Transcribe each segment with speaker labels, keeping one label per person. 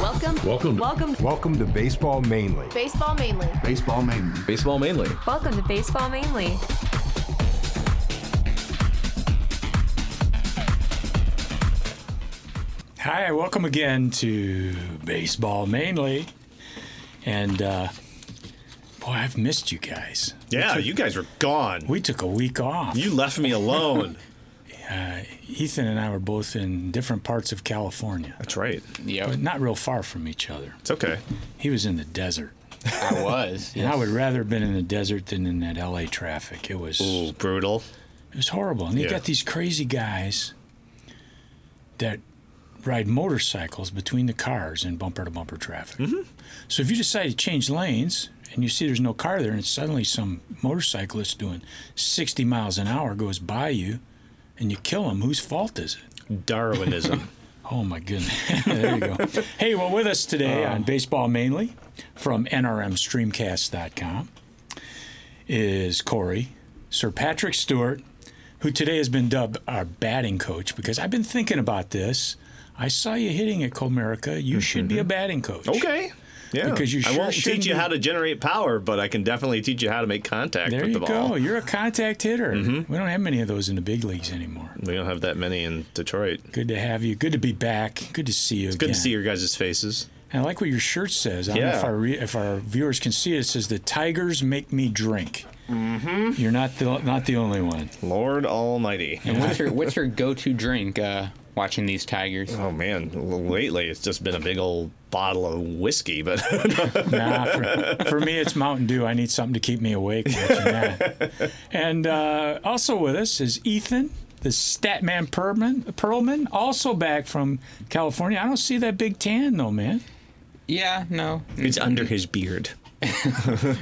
Speaker 1: Welcome.
Speaker 2: Welcome.
Speaker 1: Welcome.
Speaker 3: Welcome to Baseball Mainly.
Speaker 1: Baseball mainly.
Speaker 4: Baseball mainly.
Speaker 2: Baseball mainly.
Speaker 5: Welcome to Baseball Mainly.
Speaker 6: Hi, welcome again to Baseball Mainly. And uh, boy, I've missed you guys.
Speaker 7: Yeah, you guys were gone.
Speaker 6: We took a week off.
Speaker 7: You left me alone.
Speaker 6: Ethan and I were both in different parts of California,
Speaker 7: That's right.
Speaker 6: but not real far from each other.
Speaker 7: It's okay.
Speaker 6: He was in the desert.
Speaker 4: I was.
Speaker 6: And I would rather have been in the desert than in that LA traffic. It was
Speaker 7: Ooh, brutal.
Speaker 6: it was horrible. And you
Speaker 7: Yeah.
Speaker 6: got these crazy guys that ride motorcycles between the cars in bumper to bumper traffic. So if you decide to change lanes and you see there's no car there and suddenly some motorcyclist doing 60 miles an hour goes by you and you kill him, whose fault is it?
Speaker 7: Darwinism.
Speaker 6: Oh my goodness. there you go. Hey, well, with us today
Speaker 7: Uh-huh.
Speaker 6: on Baseball Mainly from NRMStreamcast.com is Corey, Sir Patrick Stewart, who today has been dubbed our batting coach because I've been thinking about this. I saw you hitting at Comerica. You should be a batting coach.
Speaker 7: Mm-hmm. okay. Yeah.
Speaker 6: Because you
Speaker 7: I
Speaker 6: sure
Speaker 7: won't
Speaker 6: shouldn't
Speaker 7: teach you
Speaker 6: be-
Speaker 7: how to generate power, but I can definitely teach you how to make contact
Speaker 6: There
Speaker 7: with
Speaker 6: you
Speaker 7: the ball. Mm-hmm.
Speaker 6: go. You're a contact hitter. We don't have many of those in the big leagues anymore.
Speaker 7: We don't have that many in Detroit.
Speaker 6: Good to have you. Good to be back. Good to see you
Speaker 7: Good
Speaker 6: again.
Speaker 7: to see your guys' faces.
Speaker 6: And I like what your shirt says. I don't know
Speaker 7: Yeah.
Speaker 6: if our, re- if our viewers can see it. It says, The Tigers Make Me Drink. Mm-hmm. You're not the, not the only one.
Speaker 7: Lord Almighty.
Speaker 4: And what's your what's your go-to drink uh, watching these Tigers?
Speaker 7: Oh man, L- lately it's just been a big old bottle of whiskey, but
Speaker 6: Nah, for, for me, it's Mountain Dew. I need something to keep me awake watching that. And uh, also with us is Ethan, the Statman Perlman, Perlman, also back from California. I don't see that big tan, though, man.
Speaker 4: Yeah, no,
Speaker 7: it's under his beard.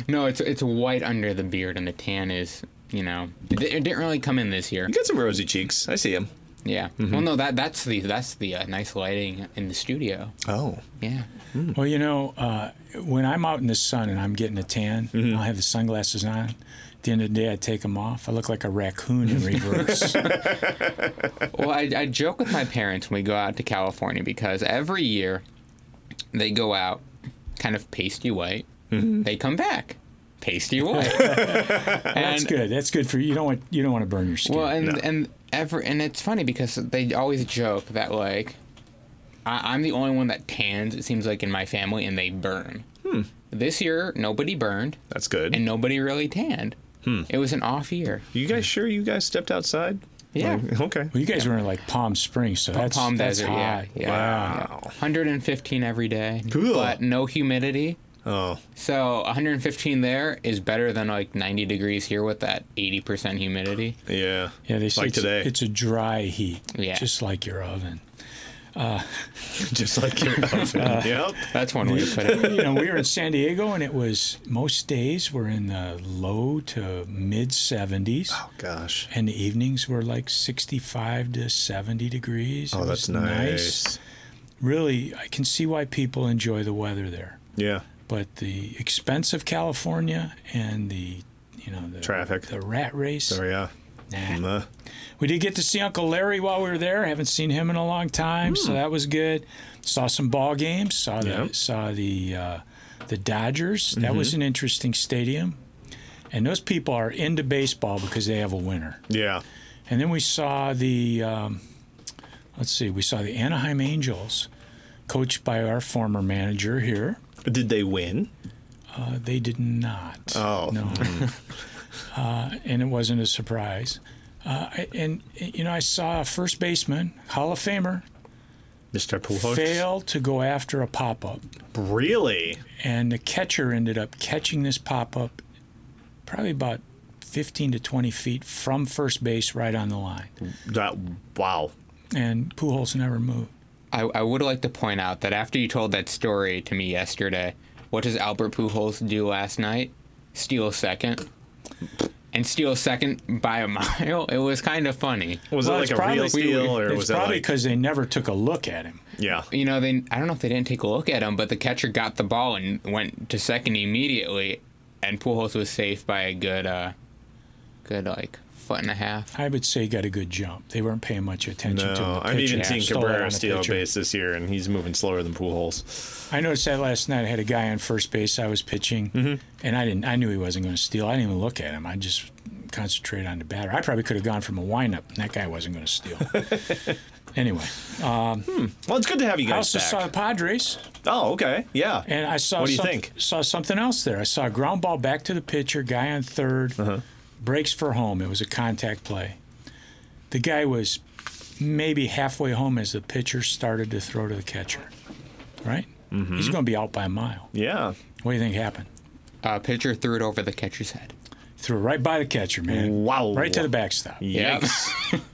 Speaker 4: no. It's it's white under the beard, and the tan is you know it, it didn't really come in this year.
Speaker 7: You got some rosy cheeks. I see him.
Speaker 4: Yeah. Well, no, that that's the that's the uh, nice lighting in the studio.
Speaker 7: Oh.
Speaker 4: Yeah.
Speaker 6: Well, you know, uh, when I'm out in the sun and I'm getting a tan, I'll have the sunglasses on. At the end of the day, I take them off. I look like a raccoon in reverse.
Speaker 4: Well, I, I joke with my parents when we go out to California because every year they go out kind of pasty white. They come back pasty white.
Speaker 6: That's
Speaker 4: and,
Speaker 6: good. That's good for you. You don't want you don't want to burn your skin.
Speaker 4: Well, and and ever and it's funny because they always joke that like I, I'm the only one that tans. It seems like in my family, and they burn. This year, nobody burned
Speaker 7: That's good.
Speaker 4: and nobody really tanned. It was an off year.
Speaker 7: you guys sure you guys stepped outside?
Speaker 4: Yeah.
Speaker 7: Like, okay.
Speaker 6: well, you guys were in like Palm Springs, so that's
Speaker 4: Palm
Speaker 6: that's
Speaker 4: Desert, yeah,
Speaker 6: hot.
Speaker 4: yeah.
Speaker 7: Wow.
Speaker 4: 115 every day.
Speaker 7: Cool.
Speaker 4: But no humidity.
Speaker 7: Oh.
Speaker 4: So 115 there is better than like 90 degrees here with that 80% humidity.
Speaker 7: Yeah.
Speaker 6: Yeah, they say
Speaker 7: like
Speaker 6: it's,
Speaker 7: today.
Speaker 6: it's a dry heat,
Speaker 4: Yeah.
Speaker 6: just like your oven.
Speaker 7: just like your oven. yep.
Speaker 4: That's one way to put it.
Speaker 6: You know, we were in San Diego, and it was most days were in the low to mid 70s.
Speaker 7: Oh gosh.
Speaker 6: and the evenings were like 65 to 70 degrees.
Speaker 7: Oh,
Speaker 6: It was
Speaker 7: that's nice.
Speaker 6: Really, I can see why people enjoy the weather there.
Speaker 7: Yeah.
Speaker 6: But the expense of California and the you know the
Speaker 7: Traffic.
Speaker 6: the rat race.
Speaker 7: Oh yeah. Mm, uh, Nah.
Speaker 6: We did get to see Uncle Larry while we were there. Haven't seen him in a long time, so that was good. Saw some ball games. Saw the
Speaker 7: Yeah.
Speaker 6: saw the uh, the Dodgers. That was an interesting stadium. And those people are into baseball because they have a winner.
Speaker 7: Yeah.
Speaker 6: And then we saw the, um, let's see, we saw the Anaheim Angels, coached by our former manager here.
Speaker 7: Did they win?
Speaker 6: Uh, they did not.
Speaker 7: Oh.
Speaker 6: No. uh, and it wasn't a surprise. Uh, I- and, you know, I saw a first baseman, Hall of Famer,
Speaker 7: Mr. Pujols.
Speaker 6: fail to go after a pop up.
Speaker 7: Really?
Speaker 6: And the catcher ended up catching this pop up probably about 15 to 20 feet from first base right on the line.
Speaker 7: That wow.
Speaker 6: And Pujols never moved.
Speaker 4: I, I would like to point out that after you told that story to me yesterday, what does Albert Pujols do last night? Steal second. And steal second by a mile. It was kind of funny.
Speaker 7: Was
Speaker 6: Well,
Speaker 7: it
Speaker 6: it's
Speaker 7: like a
Speaker 6: probably-
Speaker 7: real steal or
Speaker 6: it's
Speaker 7: was it
Speaker 6: probably
Speaker 7: like
Speaker 6: because they never took a look at him.
Speaker 7: Yeah.
Speaker 4: You know, they I don't know if they didn't take a look at him, but the catcher got the ball and went to second immediately, and Pujols was safe by a good, uh, good like foot and a half.
Speaker 6: I would say got a good jump. They weren't paying much attention to
Speaker 7: No,
Speaker 6: the
Speaker 7: I've even
Speaker 6: pitcher.
Speaker 7: seen
Speaker 6: Stole it on
Speaker 7: Cabrera
Speaker 6: the
Speaker 7: steal a
Speaker 6: pitcher.
Speaker 7: base this year, and he's moving slower than Pujols.
Speaker 6: I noticed that last night. I had a guy on first base. I was pitching,
Speaker 7: Mm-hmm.
Speaker 6: and I didn't. I knew he wasn't going to steal. I didn't even look at him. I just concentrated on the batter. I probably could have gone from a windup, and that guy wasn't going to steal. anyway,
Speaker 7: Well, it's good to have you
Speaker 6: I
Speaker 7: guys
Speaker 6: also
Speaker 7: back.
Speaker 6: saw the Padres,
Speaker 7: oh, okay, yeah.
Speaker 6: and I saw
Speaker 7: What do you
Speaker 6: some-
Speaker 7: think?
Speaker 6: saw something else there. I saw a ground ball back to the pitcher, guy on 3rd
Speaker 7: Uh-huh.
Speaker 6: breaks for home. It was a contact play. The guy was maybe halfway home as the pitcher started to throw to the catcher. Right?
Speaker 7: Mm-hmm.
Speaker 6: He's going to be out by a mile.
Speaker 7: yeah.
Speaker 6: What do you think happened?
Speaker 4: Uh, pitcher threw it over the catcher's head.
Speaker 6: Threw it right by the catcher, man.
Speaker 7: Wow.
Speaker 6: Right to the backstop.
Speaker 4: Yep.
Speaker 7: Yikes.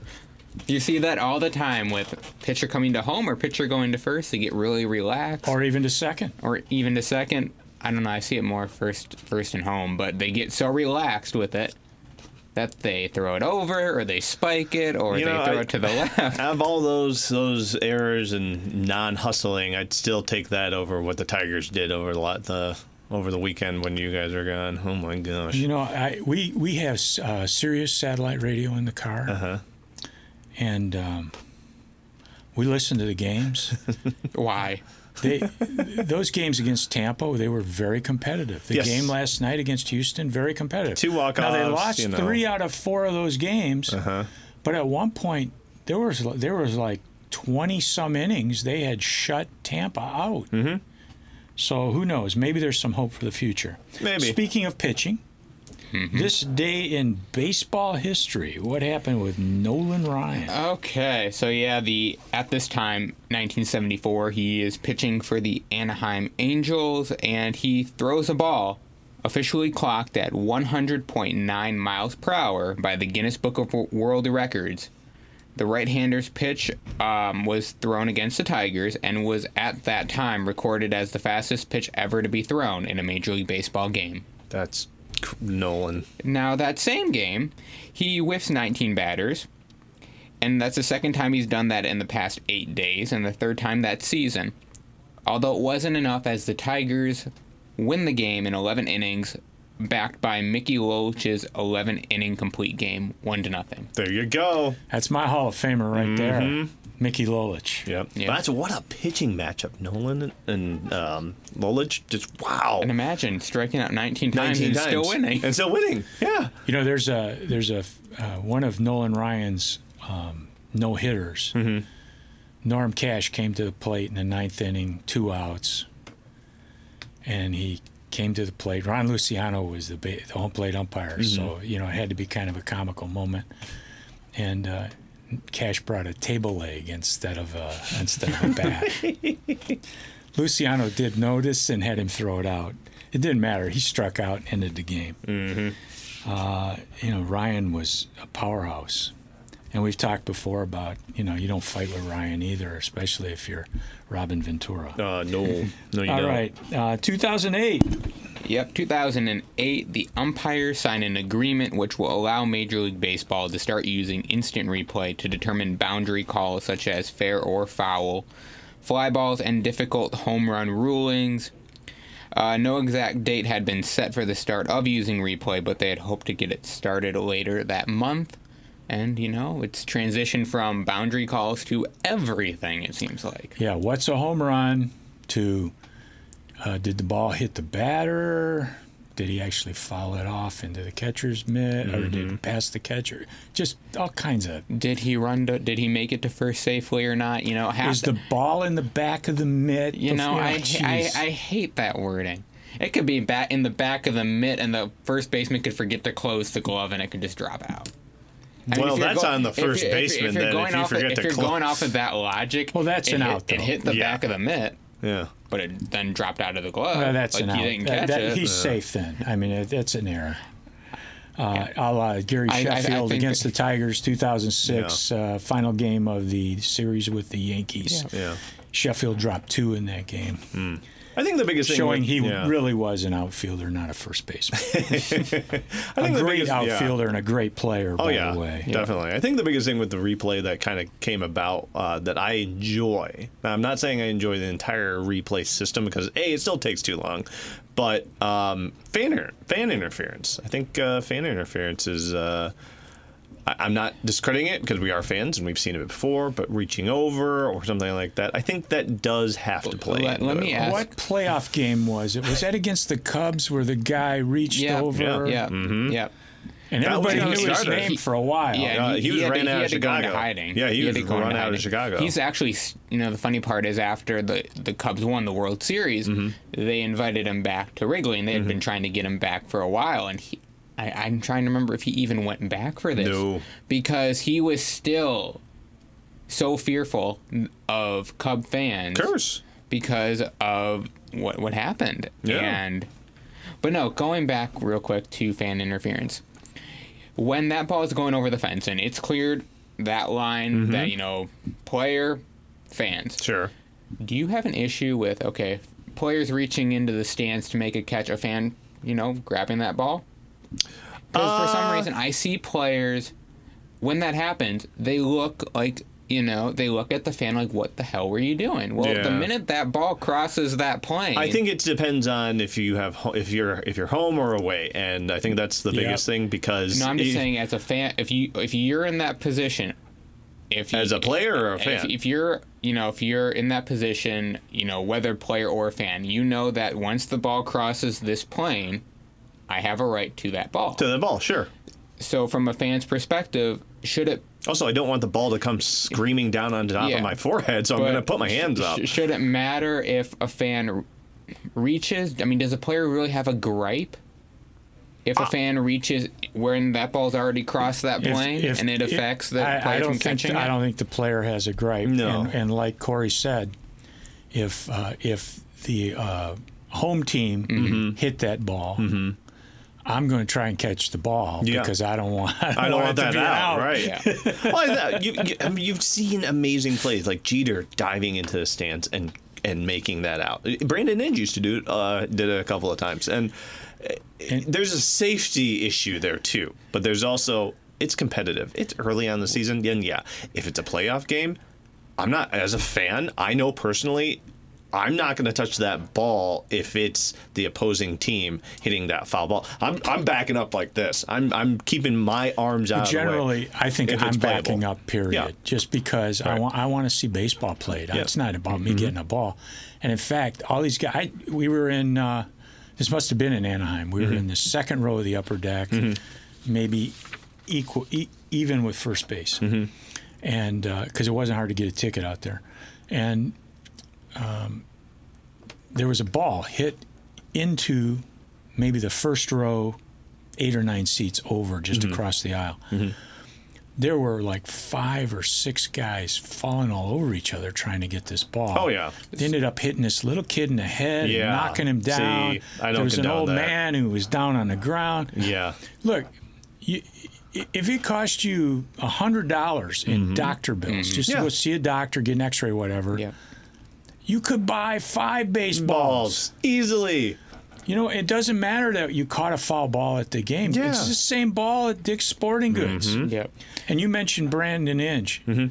Speaker 4: You see that all the time with pitcher coming to home or pitcher going to first. They get really relaxed, or,
Speaker 6: Or even to second.
Speaker 4: even to second. I don't know. I see it more first, first and home, but they get so relaxed with it that they throw it over, or they spike it, or
Speaker 7: You
Speaker 4: they
Speaker 7: know,
Speaker 4: throw
Speaker 7: I-
Speaker 4: it to the left.
Speaker 7: Out of all those those errors and non hustling, I'd still take that over what the Tigers did over the lot the over the weekend when you guys were gone. Oh my gosh.
Speaker 6: You know, I, we we have uh, Sirius satellite radio in the car, and um, we listen to the games.
Speaker 4: Why?
Speaker 6: They those games against Tampa, they were very competitive. The
Speaker 7: Yes.
Speaker 6: game last night against Houston, very competitive.
Speaker 7: Two
Speaker 6: Now they
Speaker 7: walk-offs,
Speaker 6: lost
Speaker 7: you know. Uh-huh.
Speaker 6: three out of four of those games, but at one point there was there was like twenty some innings they had shut Tampa out.
Speaker 7: Mm-hmm.
Speaker 6: So who knows? Maybe there's some hope for the future.
Speaker 7: Maybe.
Speaker 6: Speaking of pitching, this day in baseball history, what happened with Nolan Ryan?
Speaker 4: Okay, so yeah, the at this time, 1974, he is pitching for the Anaheim Angels, and he throws a ball officially clocked at 100.9 miles per hour by the Guinness Book of Wo- World Records. The right-hander's pitch um, was thrown against the Tigers and was at that time recorded as the fastest pitch ever to be thrown in a Major League Baseball game.
Speaker 7: That's cr- Nolan.
Speaker 4: Now, that same game, he whiffs 19 batters, and that's the second time he's done that in the past eight days, and the third time that season. Although it wasn't enough, as the Tigers win the game in 11 innings, backed by Mickey Loach's 11 inning complete game, 1 to nothing.
Speaker 7: There you go.
Speaker 6: That's my Hall of Famer right
Speaker 7: Mm-hmm.
Speaker 6: there, Mickey Lolich.
Speaker 7: Yep.
Speaker 4: Yeah.
Speaker 7: That's what a pitching matchup. Nolan and um, Lolich just wow.
Speaker 4: And imagine striking out 19 times
Speaker 7: 19
Speaker 4: and
Speaker 7: times.
Speaker 4: still winning.
Speaker 7: And still winning. Yeah.
Speaker 6: You know, there's a there's a uh, one of Nolan Ryan's um, no hitters. Norm Cash came to the plate in the ninth inning, two outs, and he came to the plate. Ron Luciano was the, ba- the home plate umpire, so you know it had to be kind of a comical moment. And uh, Cash brought a table leg instead of a, instead of a bat. Luciano did notice and had him throw it out. It didn't matter. He struck out, ended the game you know, Ryan was a powerhouse. And we've talked before about, you know, you don't fight with Ryan either, especially if you're Robin Ventura.
Speaker 7: Uh, no. No, you
Speaker 6: All
Speaker 7: don't.
Speaker 6: right. Uh, 2008.
Speaker 4: Yep, 2008, the umpires signed an agreement which will allow Major League Baseball to start using instant replay to determine boundary calls such as fair or foul, fly balls, and difficult home run rulings. Uh, no exact date had been set for the start of using replay, but they had hoped to get it started later that month. And, you know, it's transitioned from boundary calls to everything, it seems like.
Speaker 6: Yeah. What's a home run to uh, did the ball hit the batter? Did he actually foul it off into the catcher's mitt or
Speaker 7: Mm-hmm.
Speaker 6: did it pass the catcher? Just all kinds of.
Speaker 4: Did he run to, did he make it to first safely or not? You know, half
Speaker 6: Is the ball in the back of the mitt?
Speaker 4: You know,
Speaker 6: before- oh,
Speaker 4: I, I
Speaker 6: Jeez.
Speaker 4: I hate that wording. It could be bat in the back of the mitt, and the first baseman could forget to close the glove, and it could just drop out. I mean,
Speaker 7: Well,
Speaker 4: if you're
Speaker 7: that's
Speaker 4: go-
Speaker 7: on the
Speaker 4: if you're-
Speaker 7: first
Speaker 4: if you're-
Speaker 7: baseman,
Speaker 4: you're
Speaker 7: then, if
Speaker 4: going
Speaker 7: you
Speaker 4: off of-
Speaker 7: forget
Speaker 4: if
Speaker 7: to
Speaker 4: you're
Speaker 7: close-
Speaker 4: going off of that logic,
Speaker 6: Well, that's
Speaker 4: it
Speaker 6: an
Speaker 4: hit-
Speaker 6: out,
Speaker 4: It
Speaker 6: though.
Speaker 4: hit the
Speaker 7: Yeah.
Speaker 4: back of the mitt,
Speaker 7: Yeah.
Speaker 4: but it then dropped out of the glove.
Speaker 6: Well, that's
Speaker 4: like
Speaker 6: an
Speaker 4: you
Speaker 6: out.
Speaker 4: didn't
Speaker 6: That-
Speaker 4: catch
Speaker 6: that-
Speaker 4: it.
Speaker 6: He's safe then. I mean, it, that's an error. Uh, A la Gary
Speaker 4: I- I- I
Speaker 6: Sheffield
Speaker 4: think
Speaker 6: against
Speaker 4: that-
Speaker 6: the Tigers, 2006, uh, final game of the series with the Yankees.
Speaker 7: Yeah.
Speaker 6: Sheffield dropped two in that game,
Speaker 7: I think the biggest thing
Speaker 6: showing
Speaker 7: with-
Speaker 6: he
Speaker 7: yeah.
Speaker 6: really was an outfielder, not a first baseman.
Speaker 7: I
Speaker 6: a
Speaker 7: think the
Speaker 6: great
Speaker 7: biggest- yeah.
Speaker 6: outfielder and a great player,
Speaker 7: Oh
Speaker 6: by
Speaker 7: yeah,
Speaker 6: the way.
Speaker 7: definitely. I think the biggest thing with the replay that kind of came about uh, that I enjoy. Now, I'm not saying I enjoy the entire replay system because a it still takes too long, but um, fan inter- fan interference. I think uh, fan interference is. Uh, I, I'm not discrediting it because we are fans and we've seen it before, but reaching over or something like that, I think that does have to play.
Speaker 4: Let-
Speaker 7: into
Speaker 4: let
Speaker 7: it.
Speaker 4: me ask-
Speaker 6: What playoff game was it? Was that against the Cubs where the guy reached
Speaker 4: Yeah,
Speaker 6: over?
Speaker 4: yeah, yeah.
Speaker 6: And
Speaker 7: That was
Speaker 6: everybody
Speaker 7: when
Speaker 6: knew
Speaker 7: he
Speaker 6: his
Speaker 7: started.
Speaker 6: name for a while.
Speaker 4: Yeah,
Speaker 7: Uh,
Speaker 4: and
Speaker 7: he was
Speaker 4: had
Speaker 7: ran
Speaker 4: to,
Speaker 7: out
Speaker 4: he had
Speaker 7: of
Speaker 4: to go into
Speaker 7: Chicago.
Speaker 4: hiding.
Speaker 7: Yeah, he
Speaker 4: had
Speaker 7: was
Speaker 4: to go into
Speaker 7: run out of
Speaker 4: hiding.
Speaker 7: Chicago.
Speaker 4: He's actually, s- you know, the funny part is after the the Cubs won the World Series,
Speaker 7: Mm-hmm.
Speaker 4: they invited him back to Wrigley, and they had been trying to get him back for a while, and he. I, I'm trying to remember if he even went back for this.
Speaker 7: No.
Speaker 4: Because he was still so fearful of Cub fans
Speaker 7: curse.
Speaker 4: because of what what happened.
Speaker 7: Yeah.
Speaker 4: And but no, going back real quick to fan interference. When that ball is going over the fence and it's cleared that line that you know player fans.
Speaker 7: Sure.
Speaker 4: Do you have an issue with okay, players reaching into the stands to make a catch a fan, you know, grabbing that ball? Because for
Speaker 7: Uh,
Speaker 4: some reason I see players when that happens, they look like you know, they look at the fan like, "What the hell were you doing?" Well, the
Speaker 7: Yeah.
Speaker 4: minute that ball crosses that plane,
Speaker 7: I think it depends on if you have ho- if you're if you're home or away, and I think that's the
Speaker 6: Yeah.
Speaker 7: biggest thing because
Speaker 4: No, I'm just
Speaker 7: i-
Speaker 4: saying, as a fan, if you if you're in that position, if you,
Speaker 7: as a player or a fan,
Speaker 4: if, if you're you know if you're in that position, you know whether player or fan, you know that once the ball crosses this plane, I have a right to that ball.
Speaker 7: to the ball, sure.
Speaker 4: so from a fan's perspective, should it
Speaker 7: Also, I don't want the ball to come screaming down on top
Speaker 4: Yeah.
Speaker 7: of my forehead, so I'm
Speaker 4: but
Speaker 7: going to put my hands
Speaker 4: sh-
Speaker 7: up.
Speaker 4: sh- should it matter if a fan r- reaches? I mean, does a player really have a gripe? If a fan reaches when that ball's already crossed that
Speaker 6: If-
Speaker 4: plane
Speaker 6: if-
Speaker 4: and it
Speaker 6: if-
Speaker 4: affects the
Speaker 6: I,
Speaker 4: player
Speaker 6: I don't
Speaker 4: from
Speaker 6: think
Speaker 4: catching
Speaker 6: I
Speaker 4: it?
Speaker 6: don't think the player has a gripe.
Speaker 7: No.
Speaker 6: And, and like Corey said, if uh, if the uh, home team
Speaker 4: Mm-hmm.
Speaker 6: hit that ball, I'm going to try and catch the ball
Speaker 7: Mm-hmm. Yeah.
Speaker 6: because I don't want I don't,
Speaker 7: I don't want
Speaker 6: it to
Speaker 7: that
Speaker 6: be
Speaker 7: out, right?
Speaker 4: Yeah.
Speaker 7: well, I thought you, you, I mean, you've seen amazing plays like Jeter diving into the stands and and making that out. Brandon Inge used to do it, uh, did it a couple of times, and, uh, there's a safety issue there too. But there's also it's competitive. It's early on in the season, and yeah, if it's a playoff game, I'm not as a fan. I know personally. I'm not going to touch that ball if it's the opposing team hitting that foul ball. I'm, I'm backing up like this. I'm I'm keeping my arms out. of the way.
Speaker 6: Generally, I think
Speaker 7: If it's
Speaker 6: I'm
Speaker 7: playable.
Speaker 6: backing up. Period.
Speaker 7: Yeah.
Speaker 6: Just because I
Speaker 7: Right. Mm-hmm.
Speaker 6: want I want to see baseball played. It's not about me getting a ball. And in fact, all these guys. I, we were in. Uh, this must have been in Anaheim. We were
Speaker 7: Mm-hmm.
Speaker 6: in the second row of the upper deck, maybe equal e- even with first base,
Speaker 7: Mm-hmm.
Speaker 6: and because it wasn't hard to get a ticket out there, and um, there was a ball hit into maybe the first row eight or nine seats over just
Speaker 7: Mm-hmm.
Speaker 6: across the aisle. There were like five or six guys falling all over each other trying to get this ball.
Speaker 7: Oh, yeah.
Speaker 6: They ended up hitting this little kid in the head and
Speaker 7: Yeah.
Speaker 6: knocking him
Speaker 7: See,
Speaker 6: down.
Speaker 7: I don't
Speaker 6: there was an
Speaker 7: condone
Speaker 6: old
Speaker 7: that.
Speaker 6: man who was down on the ground.
Speaker 7: Yeah.
Speaker 6: Look, you, i- if it cost you $100 in doctor bills just to
Speaker 7: Mm-hmm. Yeah.
Speaker 6: go see a doctor, get an x ray, whatever,
Speaker 4: Yeah.
Speaker 6: you could buy five baseballs.
Speaker 7: Balls easily.
Speaker 6: You know, it doesn't matter that you caught a foul ball at the game.
Speaker 7: Yeah. Mm-hmm.
Speaker 6: It's the same ball at Dick's Sporting Goods.
Speaker 4: Yep.
Speaker 6: And you mentioned Brandon Inge. You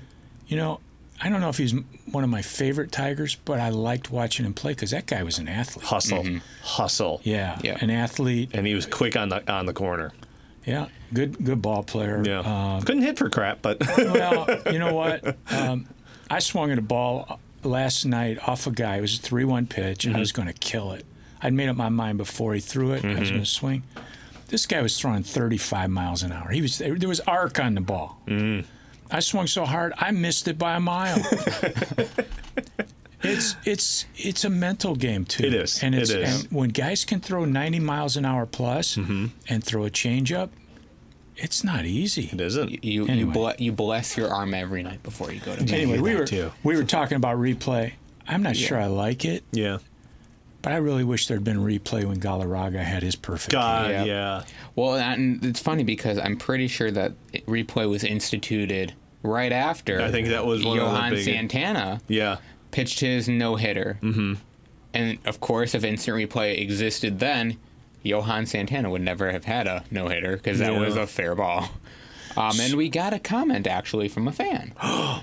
Speaker 6: know, I don't know if he's m- one of my favorite Tigers, but I liked watching him play because that guy was an athlete.
Speaker 7: Hustle, hustle.
Speaker 6: Yeah,
Speaker 4: Yeah.
Speaker 6: an athlete.
Speaker 7: And he was quick on the on the corner.
Speaker 6: Yeah, good good ball player.
Speaker 7: Yeah.
Speaker 6: Uh,
Speaker 7: Couldn't hit for crap, but
Speaker 6: well, you know what? Um, I swung at a ball last night off a guy. It was a three-one pitch, and I
Speaker 7: Mm-hmm.
Speaker 6: was going to kill it. I'd made up my mind before he threw it. I was going to swing. This guy was throwing 35 miles an hour. He was there was arc on the ball.
Speaker 7: Mm.
Speaker 6: I swung so hard, I missed it by a mile. it's it's it's a mental game too.
Speaker 7: It is.
Speaker 6: and
Speaker 7: It
Speaker 6: it's
Speaker 7: is. Mm-hmm.
Speaker 6: and when guys can throw 90 miles an hour plus and throw a changeup, it's not easy.
Speaker 7: it isn't.
Speaker 4: You you,
Speaker 6: Anyway.
Speaker 4: ble- you bless your arm every night before you go to bed.
Speaker 6: anyway,
Speaker 7: hear
Speaker 6: we
Speaker 7: that,
Speaker 6: were
Speaker 7: too.
Speaker 6: we were talking about replay. I'm not sure I like it,
Speaker 7: Yeah.
Speaker 6: but I really wish there'd been replay when Galarraga had his perfect.
Speaker 7: God,
Speaker 4: Yeah.
Speaker 7: yeah.
Speaker 4: Well, and it's funny because I'm pretty sure that replay was instituted right after.
Speaker 7: I think that was one of the
Speaker 4: Johan
Speaker 7: big-
Speaker 4: Santana
Speaker 7: Yeah.
Speaker 4: pitched his no hitter, mm-hmm. and of course, if instant replay existed then, Johan Santana would never have had a no hitter because that
Speaker 7: Yeah.
Speaker 4: was a fair ball. Um, and we got a comment actually from a fan.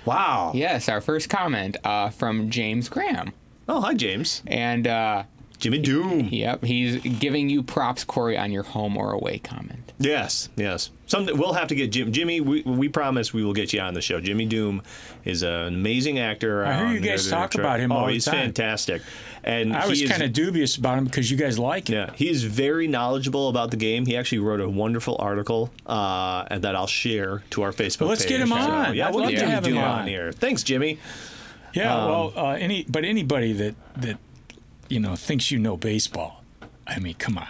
Speaker 7: Wow.
Speaker 4: yes, our first comment uh, from James Graham,
Speaker 7: Oh, hi James.
Speaker 4: and uh,
Speaker 7: Jimmy Doom.
Speaker 4: Yep, he's giving you props, Corey, on your home or away comment.
Speaker 7: Yes, yes. Something we'll have to get Jim. Jimmy, we, we promise we will get you on the show. Jimmy Doom is an amazing actor.
Speaker 6: I hear
Speaker 7: on
Speaker 6: you guys
Speaker 7: the-
Speaker 6: talk
Speaker 7: the-
Speaker 6: about him
Speaker 7: Oh,
Speaker 6: all the
Speaker 7: he's
Speaker 6: time.
Speaker 7: fantastic. And
Speaker 6: I
Speaker 7: he
Speaker 6: was
Speaker 7: is-
Speaker 6: kind of dubious about him because you guys like him.
Speaker 7: Yeah, he is very knowledgeable about the game. He actually wrote a wonderful article, uh, and that I'll share to our Facebook.
Speaker 6: Let's
Speaker 7: page.
Speaker 6: get him
Speaker 7: So,
Speaker 6: on.
Speaker 7: yeah,
Speaker 6: I'd
Speaker 7: we'll
Speaker 6: love
Speaker 7: get
Speaker 6: to
Speaker 7: Jimmy
Speaker 6: have him
Speaker 7: Doom
Speaker 6: on.
Speaker 7: here. Thanks, Jimmy.
Speaker 6: Yeah,
Speaker 7: Um,
Speaker 6: well, uh, any but anybody that that you know thinks you know baseball, I mean, come on.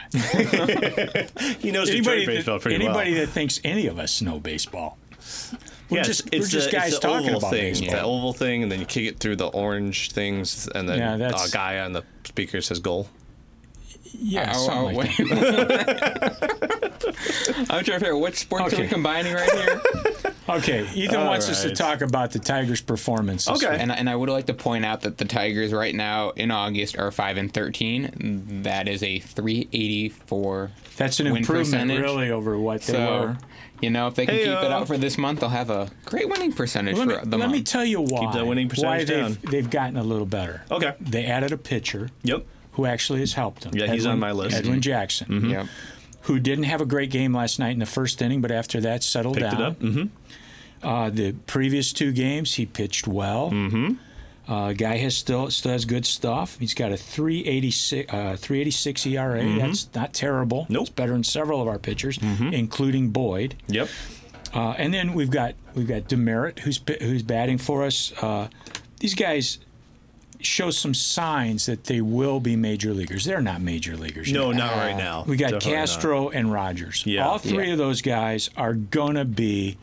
Speaker 7: He knows
Speaker 6: anybody
Speaker 7: Detroit baseball
Speaker 6: that,
Speaker 7: pretty well.
Speaker 6: anybody that thinks any of us know baseball, we're
Speaker 7: Yeah,
Speaker 6: just
Speaker 7: it's-
Speaker 6: we're
Speaker 7: it's
Speaker 6: just
Speaker 7: the- it's
Speaker 6: guys
Speaker 7: the
Speaker 6: talking
Speaker 7: oval
Speaker 6: about
Speaker 7: thing,
Speaker 6: baseball.
Speaker 7: the oval thing, and then you kick it through the orange things, and then
Speaker 6: Yeah,
Speaker 7: a
Speaker 6: that's-
Speaker 7: guy on the speaker says goal.
Speaker 4: Oh,
Speaker 6: Yeah, uh, something
Speaker 4: oh,
Speaker 6: like that.
Speaker 4: wait. I'm trying to figure out what sports are we
Speaker 6: Okay.
Speaker 4: combining right here.
Speaker 6: Okay, Ethan wants us to
Speaker 7: right.
Speaker 6: talk about the Tigers' performance. this
Speaker 7: Okay.
Speaker 6: week.
Speaker 4: and, and I would like to point out that the Tigers right now in August are five and thirteen. That is a 384.
Speaker 6: that's an
Speaker 4: win
Speaker 6: improvement
Speaker 4: percentage.
Speaker 6: really uh, over what they
Speaker 4: So,
Speaker 6: were.
Speaker 4: you know, if they can keep
Speaker 7: Hey-o.
Speaker 4: it up for this month, they'll have a great winning percentage
Speaker 6: uh, Let me,
Speaker 4: for the
Speaker 6: let
Speaker 4: month.
Speaker 6: me tell you why.
Speaker 7: that winning
Speaker 6: why
Speaker 7: percentage
Speaker 6: they've,
Speaker 7: down.
Speaker 6: they've gotten a little better.
Speaker 7: Okay.
Speaker 6: They added a pitcher
Speaker 7: Yep.
Speaker 6: who actually has helped them.
Speaker 7: Yeah, he's on my list. Mm-hmm.
Speaker 6: Edwin Jackson,
Speaker 4: yep.
Speaker 6: who didn't have a great game last night in the first inning, but after that settled
Speaker 7: Picked
Speaker 6: down.
Speaker 7: it up. Mm-hmm.
Speaker 6: Uh, the previous two games, he pitched well. Mm-hmm. Uh, guy has still still has good stuff. He's got a 386, uh, 386 ERA. That's not terrible.
Speaker 7: Mm-hmm. Nope. Mm-hmm.
Speaker 6: It's better than several of our pitchers, including Boyd.
Speaker 7: Yep.
Speaker 6: Uh, and then we've got we've got Demerit, who's pi- who's batting for us. Uh, these guys show some signs that they will be major leaguers. They're not major leaguers.
Speaker 7: No,
Speaker 6: yet.
Speaker 7: not right now.
Speaker 6: We got
Speaker 7: Oh, Definitely not.
Speaker 6: Castro and Rogers.
Speaker 7: Yeah.
Speaker 6: All three
Speaker 4: Yeah.
Speaker 6: of those guys are gonna be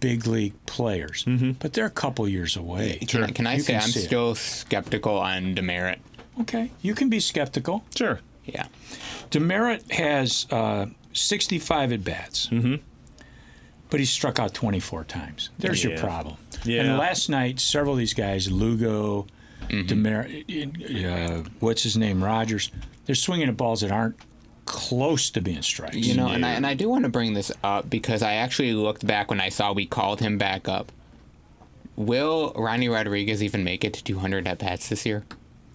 Speaker 6: big league players,
Speaker 7: Mm-hmm.
Speaker 6: but they're a couple years away.
Speaker 4: Can, I- can I
Speaker 6: You
Speaker 4: say
Speaker 6: can
Speaker 4: I'm
Speaker 6: see it.
Speaker 4: still skeptical on demerit?
Speaker 6: Okay, you can be skeptical.
Speaker 7: Sure.
Speaker 4: Yeah.
Speaker 6: Demerit has uh, 65 at bats,
Speaker 7: Mm-hmm.
Speaker 6: but he struck out 24 times. There's your
Speaker 7: Yeah.
Speaker 6: problem.
Speaker 7: Yeah.
Speaker 6: And last night, several of these guys, Lugo,
Speaker 7: Mm-hmm.
Speaker 6: Demerit, uh, what's his name, Rogers, they're swinging at balls that aren't close to being strikes.
Speaker 4: You know, and I, and I do want to bring this up because I actually looked back when I saw we called him back up. Will Ronnie Rodriguez even make it to 200 at bats this year?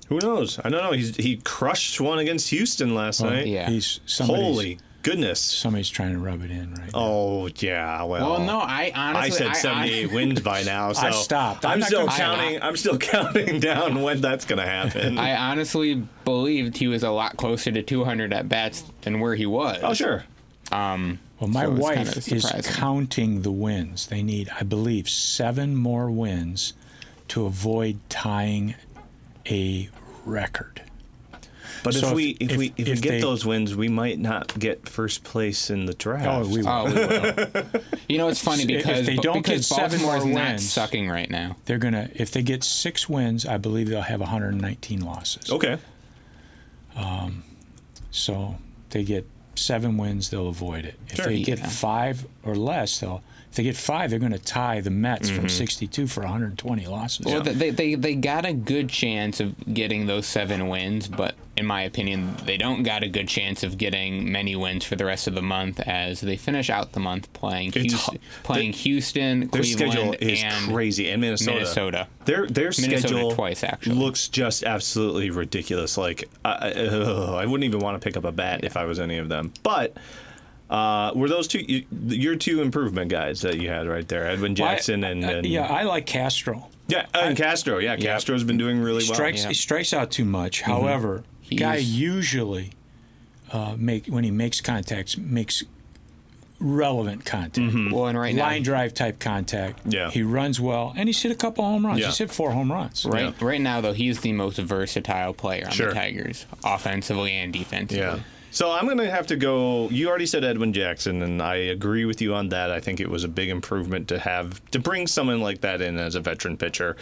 Speaker 7: Who knows? I don't know. He's, he crushed one against Houston last night.
Speaker 4: yeah.
Speaker 6: He's somebody's,
Speaker 7: Holy goodness.
Speaker 6: somebody's trying to rub it in right now.
Speaker 7: Oh yeah. Well.
Speaker 4: Well, no, I honestly
Speaker 7: I said 78 wins by now. So
Speaker 6: I stopped. I'm
Speaker 7: I'm,
Speaker 6: not
Speaker 7: still
Speaker 6: gonna-
Speaker 7: counting. I'm still counting down when that's going to happen.
Speaker 4: I honestly believed he was a lot closer to 200 at bats than where he was.
Speaker 7: oh sure.
Speaker 6: Well,
Speaker 4: So
Speaker 6: my
Speaker 4: it's kinda
Speaker 6: wife is
Speaker 4: surprising.
Speaker 6: counting the wins. They need, I believe, seven more wins to avoid tying a record.
Speaker 7: But
Speaker 6: So if-
Speaker 7: if, we if,
Speaker 6: if-
Speaker 7: we if,
Speaker 6: if
Speaker 7: we get
Speaker 6: they-
Speaker 7: those wins, we might not get first place in the draft.
Speaker 6: Oh, we
Speaker 4: Oh, we will. you know, it's funny
Speaker 6: If- if
Speaker 4: because
Speaker 6: they don't
Speaker 4: because
Speaker 6: get seven
Speaker 4: Baltimore is
Speaker 6: more
Speaker 4: not
Speaker 6: wins-
Speaker 4: sucking right now.
Speaker 6: they're gonna if they get six wins, I believe they'll have 119 losses.
Speaker 7: Okay.
Speaker 6: So they get seven wins, they'll avoid it. If
Speaker 7: Sure.
Speaker 6: they get
Speaker 4: Yeah.
Speaker 6: five or less, they'll if they get five, they're gonna tie the Mets
Speaker 7: Mm-hmm.
Speaker 6: from 62 for 120 losses.
Speaker 4: Well, they, they they got a good chance of getting those seven wins, but in my opinion, they don't got a good chance of getting many wins for the rest of the month as they finish out the month playing
Speaker 7: It's
Speaker 4: Houston,
Speaker 7: h-
Speaker 4: playing Houston,
Speaker 7: Their
Speaker 4: Cleveland,
Speaker 7: schedule is
Speaker 4: and
Speaker 7: crazy, and Minnesota.
Speaker 4: Minnesota.
Speaker 7: Their their
Speaker 4: Minnesota
Speaker 7: schedule
Speaker 4: twice, actually.
Speaker 7: looks just absolutely ridiculous. Like I, I, ugh, I wouldn't even want to pick up a bat if I was any of them. But uh, were those two you, your two improvement guys that you had right there, Edwin
Speaker 6: Well, I-
Speaker 7: Jackson and,
Speaker 4: uh,
Speaker 6: I-
Speaker 7: and
Speaker 6: uh, yeah, I like Castro.
Speaker 7: yeah, and Castro. Yeah, Castro's been doing really well.
Speaker 6: strikes he strikes out too much.
Speaker 7: Mm-hmm.
Speaker 6: However, guy
Speaker 4: He's-
Speaker 6: usually uh, make when he makes contacts makes relevant contact,
Speaker 4: Well, and right
Speaker 6: line
Speaker 4: now,
Speaker 6: drive type contact.
Speaker 7: Mm-hmm. Yeah.
Speaker 6: he runs well, and he's hit a couple home runs.
Speaker 7: Yeah.
Speaker 6: He's hit four home runs.
Speaker 4: right
Speaker 7: Yeah.
Speaker 4: right now though, he's the most versatile player on
Speaker 7: Sure.
Speaker 4: the Tigers, offensively and defensively.
Speaker 7: Yeah. So I'm going to have to go. You already said Edwin Jackson, and I agree with you on that. I think it was a big improvement to have to bring someone like that in as a veteran pitcher.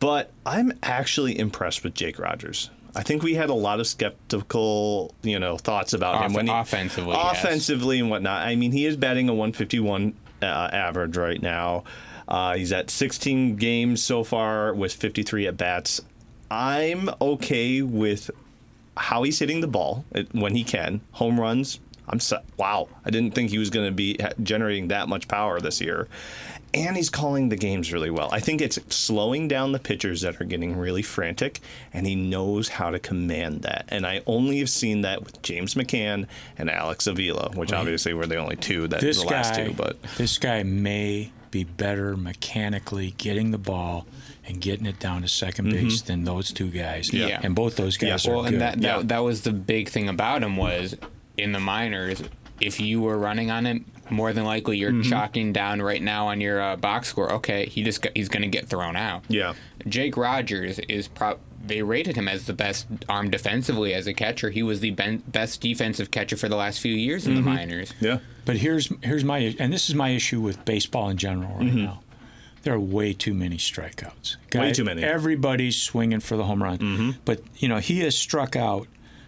Speaker 7: But I'm actually impressed with Jake Rogers. I think we had a lot of skeptical, you know, thoughts about him
Speaker 4: Off-
Speaker 7: when he
Speaker 4: offensively, yes.
Speaker 7: offensively and whatnot. I mean, he is batting a 151 uh, average right now. Uh, he's at 16 games so far with 53 at bats. uh, I'm okay with how he's hitting the ball it- when he can. Home runs, I'm so, wow. I didn't think he was going to be ha- generating that much power this year. And he's calling the games really well. I think it's slowing down the pitchers that are getting really frantic, and he knows how to command that. And I only have seen that with James McCann and Alex Avila, which obviously were the only two that
Speaker 6: This
Speaker 7: the last
Speaker 6: guy,
Speaker 7: two. But
Speaker 6: this guy may be better mechanically getting the ball and getting it down to 2nd base than those two guys.
Speaker 4: Yeah.
Speaker 6: and both those guys
Speaker 7: Mm-hmm. Yeah.
Speaker 6: are
Speaker 4: Well,
Speaker 6: good.
Speaker 4: and that, that
Speaker 7: Yeah.
Speaker 4: that was the big thing about him was in the minors. If you were running on him, more than likely you're
Speaker 6: Mm-hmm.
Speaker 4: chalking down right now on your uh, box score. Okay, he just got, he's going to get thrown out.
Speaker 7: yeah,
Speaker 4: Jake Rogers is prop. They rated him as the best arm defensively as a catcher. He was the ben- best defensive catcher for the last few years in
Speaker 6: Mm-hmm.
Speaker 4: the minors.
Speaker 7: yeah,
Speaker 6: But here's here's my and this is my issue with baseball in general right now. There are way too many strikeouts. Guy-
Speaker 7: Mm-hmm. too many. Mm-hmm.
Speaker 6: Everybody's swinging for the home run. But you know he has struck out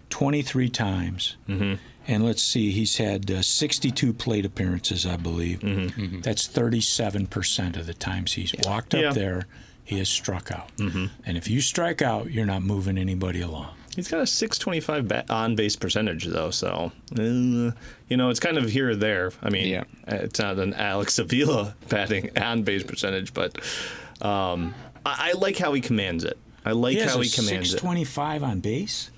Speaker 6: 23 times,
Speaker 7: Mm-hmm.
Speaker 6: and let's see, he's had uh, 62 plate appearances, I believe.
Speaker 4: Mm-hmm.
Speaker 6: That's 37 percent of the times he's walked up
Speaker 7: Mm-hmm. Yeah. Mm-hmm.
Speaker 6: there. He has struck out, and if you strike out, you're not moving anybody along.
Speaker 7: He's got a 625 ba- on base percentage, though. So, uh, you know, it's kind of here or there. I mean,
Speaker 4: Yeah.
Speaker 7: it's not an Alex Avila batting on base percentage, but um, I-, I like how he commands it. I like
Speaker 6: He has
Speaker 7: how
Speaker 6: a
Speaker 7: he commands it.
Speaker 6: 625 on base.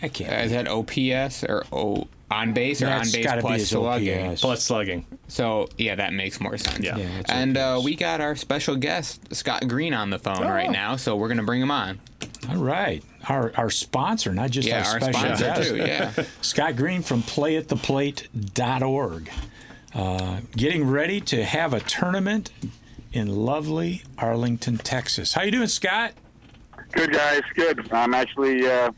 Speaker 6: That can't. be
Speaker 4: Is that OPS or o- on base or
Speaker 6: That's
Speaker 4: Uh, on base
Speaker 6: gotta be
Speaker 4: plus
Speaker 6: his
Speaker 4: slugging?
Speaker 6: OPS.
Speaker 7: Plus slugging.
Speaker 4: So yeah, that makes more sense.
Speaker 7: Yeah. Yeah,
Speaker 6: it's
Speaker 4: and uh,
Speaker 6: obvious.
Speaker 4: we got our special guest Scott Green on the phone right
Speaker 6: Oh.
Speaker 4: now, so we're gonna bring him on.
Speaker 6: All right. Our our sponsor, not just
Speaker 4: Yeah,
Speaker 6: our,
Speaker 4: our
Speaker 6: special
Speaker 4: sponsor
Speaker 6: guest.
Speaker 4: too. Yeah.
Speaker 6: Scott Green from playattheplate.org. Uh, getting ready to have a tournament in lovely Arlington, Texas. How you doing, Scott?
Speaker 1: Good guys, good. I'm actually uh,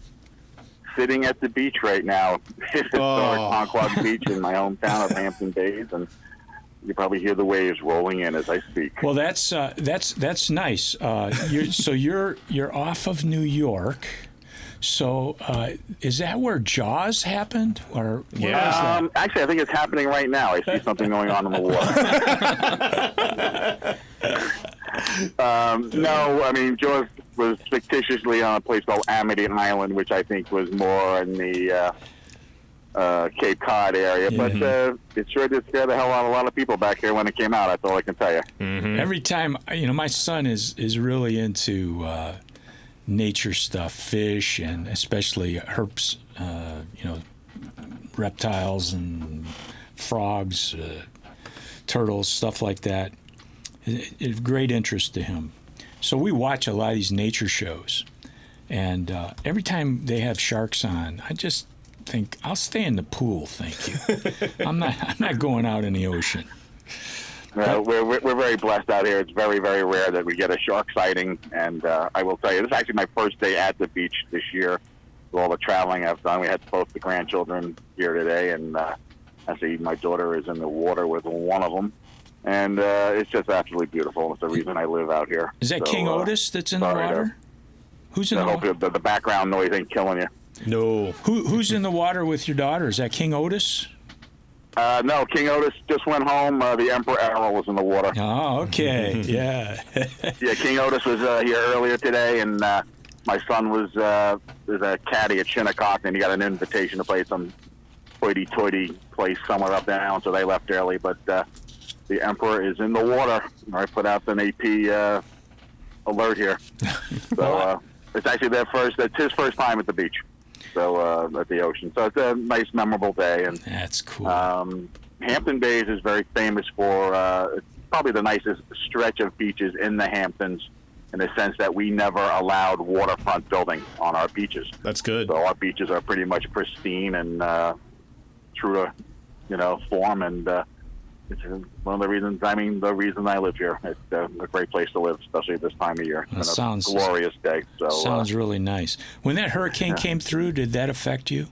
Speaker 1: sitting at the beach right now, historic
Speaker 7: Oh.
Speaker 1: Conquag Beach in my hometown of Hampton Bays, and you probably hear the waves rolling in as I speak.
Speaker 6: Well, that's uh, that's that's nice. Uh, you're, so you're you're off of New York. So uh, is that where Jaws happened? Or where
Speaker 7: Yeah.
Speaker 6: was that?
Speaker 1: Um, actually, I think it's happening right now. I see something going on in the water. um, no, I mean, Jaws was fictitiously on a place called Amity Island, which I think was more in the uh, uh, Cape Cod area. But uh, it sure did scare the hell out of a lot of people back here when it came out. That's all I can tell you.
Speaker 6: Every time, you know, my son is is really into uh, nature stuff, fish, and especially herps, uh, you know, reptiles and frogs, uh, turtles, stuff like that. It, it, great interest to him. So we watch a lot of these nature shows, and uh, every time they have sharks on, I just think I'll stay in the pool, thank you. I'm not I'm not going out in the ocean.
Speaker 1: Uh, we're, we're, we're very blessed out here. It's very, very rare that we get a shark sighting. And uh, I will tell you, this is actually my first day at the beach this year. With all the traveling I've done, we had both the grandchildren here today, and uh, I see my daughter is in the water with one of them. And uh, it's just absolutely beautiful. It's the reason I live out here.
Speaker 6: Is that
Speaker 1: So,
Speaker 6: King
Speaker 1: uh,
Speaker 6: Otis that's in the
Speaker 1: sorry to-
Speaker 6: water? Who's in
Speaker 1: I
Speaker 6: the
Speaker 1: hope
Speaker 6: water?
Speaker 1: the, the background noise ain't killing you.
Speaker 7: No.
Speaker 6: Who, who's in the water with your daughter? Is that King Otis?
Speaker 1: Uh, no, King Otis just went home. Uh, the Emperor Errol was in the water.
Speaker 6: Oh, okay. yeah.
Speaker 1: Yeah, King Otis was uh, here earlier today, and uh, my son was uh, was a caddy at Shinnecock, and he got an invitation to play some hoity-toity place somewhere up there now, so they left early. But uh, the Emperor is in the water. I put out an AP uh, alert here, so uh, it's actually their first. It's his first time at the beach, so uh, at the ocean. So it's a nice, memorable day, and
Speaker 6: That's cool.
Speaker 1: um, Hampton Bays is very famous for uh, it's probably the nicest stretch of beaches in the Hamptons, in the sense that we never allowed waterfront building on our beaches.
Speaker 7: That's good.
Speaker 1: So our beaches are pretty much pristine and uh, true to you know form, and uh, it's one of the reasons. I mean, the reason I live here. It's uh, a great place to live, especially this time of year. It's
Speaker 6: That
Speaker 1: been a
Speaker 6: sounds-
Speaker 1: glorious day. So,
Speaker 6: Sounds
Speaker 1: uh,
Speaker 6: really nice. When that hurricane came through, did that affect you?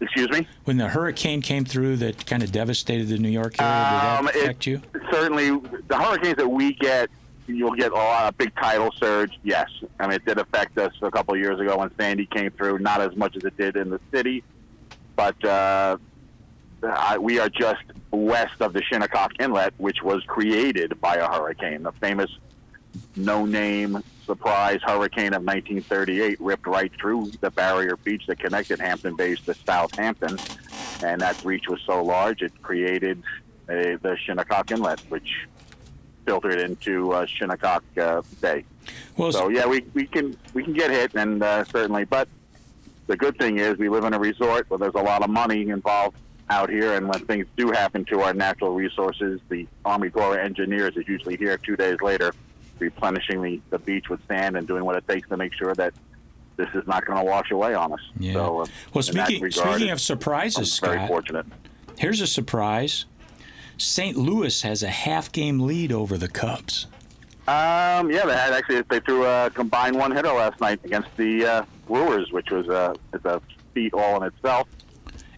Speaker 1: excuse me.
Speaker 6: When the hurricane came through that kind of devastated the New York area, did
Speaker 1: Um,
Speaker 6: that
Speaker 1: it-
Speaker 6: affect you?
Speaker 1: certainly the hurricanes that we get, you'll get a lot of big tidal surge. Yes, I mean it did affect us a couple of years ago when Sandy came through. Not as much as it did in the city, but uh, I, we are just west of the Shinnecock Inlet, which was created by a hurricane, the famous no name surprise hurricane of 1938 ripped right through the barrier beach that connected Hampton Bays to Southampton, and that breach was so large it created uh, the Shinnecock Inlet, which filtered into uh, Shinnecock uh, Bay.
Speaker 6: Well,
Speaker 1: So yeah, we, we can we can get hit, and uh, certainly. But the good thing is we live in a resort where there's a lot of money involved out here, and when things do happen to our natural resources, the Army Corps of Engineers is usually here two days later, replenishing the, the beach with sand and doing what it takes to make sure that this is not going to wash away on us.
Speaker 6: Yeah.
Speaker 1: So, uh,
Speaker 6: well,
Speaker 1: in that
Speaker 6: speaking
Speaker 1: regard,
Speaker 6: speaking of
Speaker 1: it's-
Speaker 6: surprises,
Speaker 1: I'm very
Speaker 6: Scott,
Speaker 1: fortunate.
Speaker 6: here's a surprise. St. Louis has a half game lead over the Cubs.
Speaker 1: Um, yeah, they had actually they threw a combined one hitter last night against the uh, Brewers, which was a it's a feat all in itself.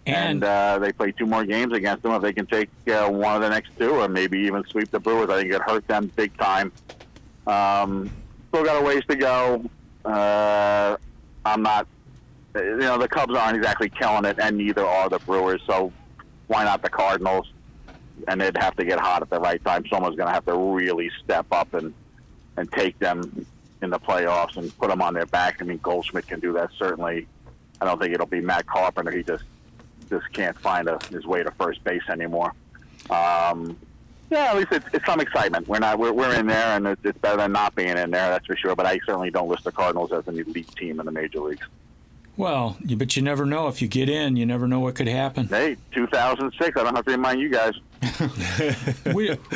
Speaker 6: And,
Speaker 1: and uh, they play two more games against them. If they can take uh, one of the next two, or maybe even sweep the Brewers, I think it hurt them big time. Um, still got a ways to go. Uh, I'm not, you know, the Cubs aren't exactly killing it, and neither are the Brewers. So why not the Cardinals? And they'd have to get hot at the right time. Someone's going to have to really step up and and take them in the playoffs and put them on their back. I mean, Goldschmidt can do that certainly. I don't think it'll be Matt Carpenter. He just just can't find a, his way to first base anymore. Um, yeah, at least it's, it's some excitement. We're not we're, we're in there, and it's, it's better than not being in there, that's for sure. But I certainly don't list the Cardinals as an elite team in the major leagues.
Speaker 6: well, you- but you never know. If you get in, you never know what could happen.
Speaker 1: Hey, 2006. I don't have to remind you guys.
Speaker 6: we, what,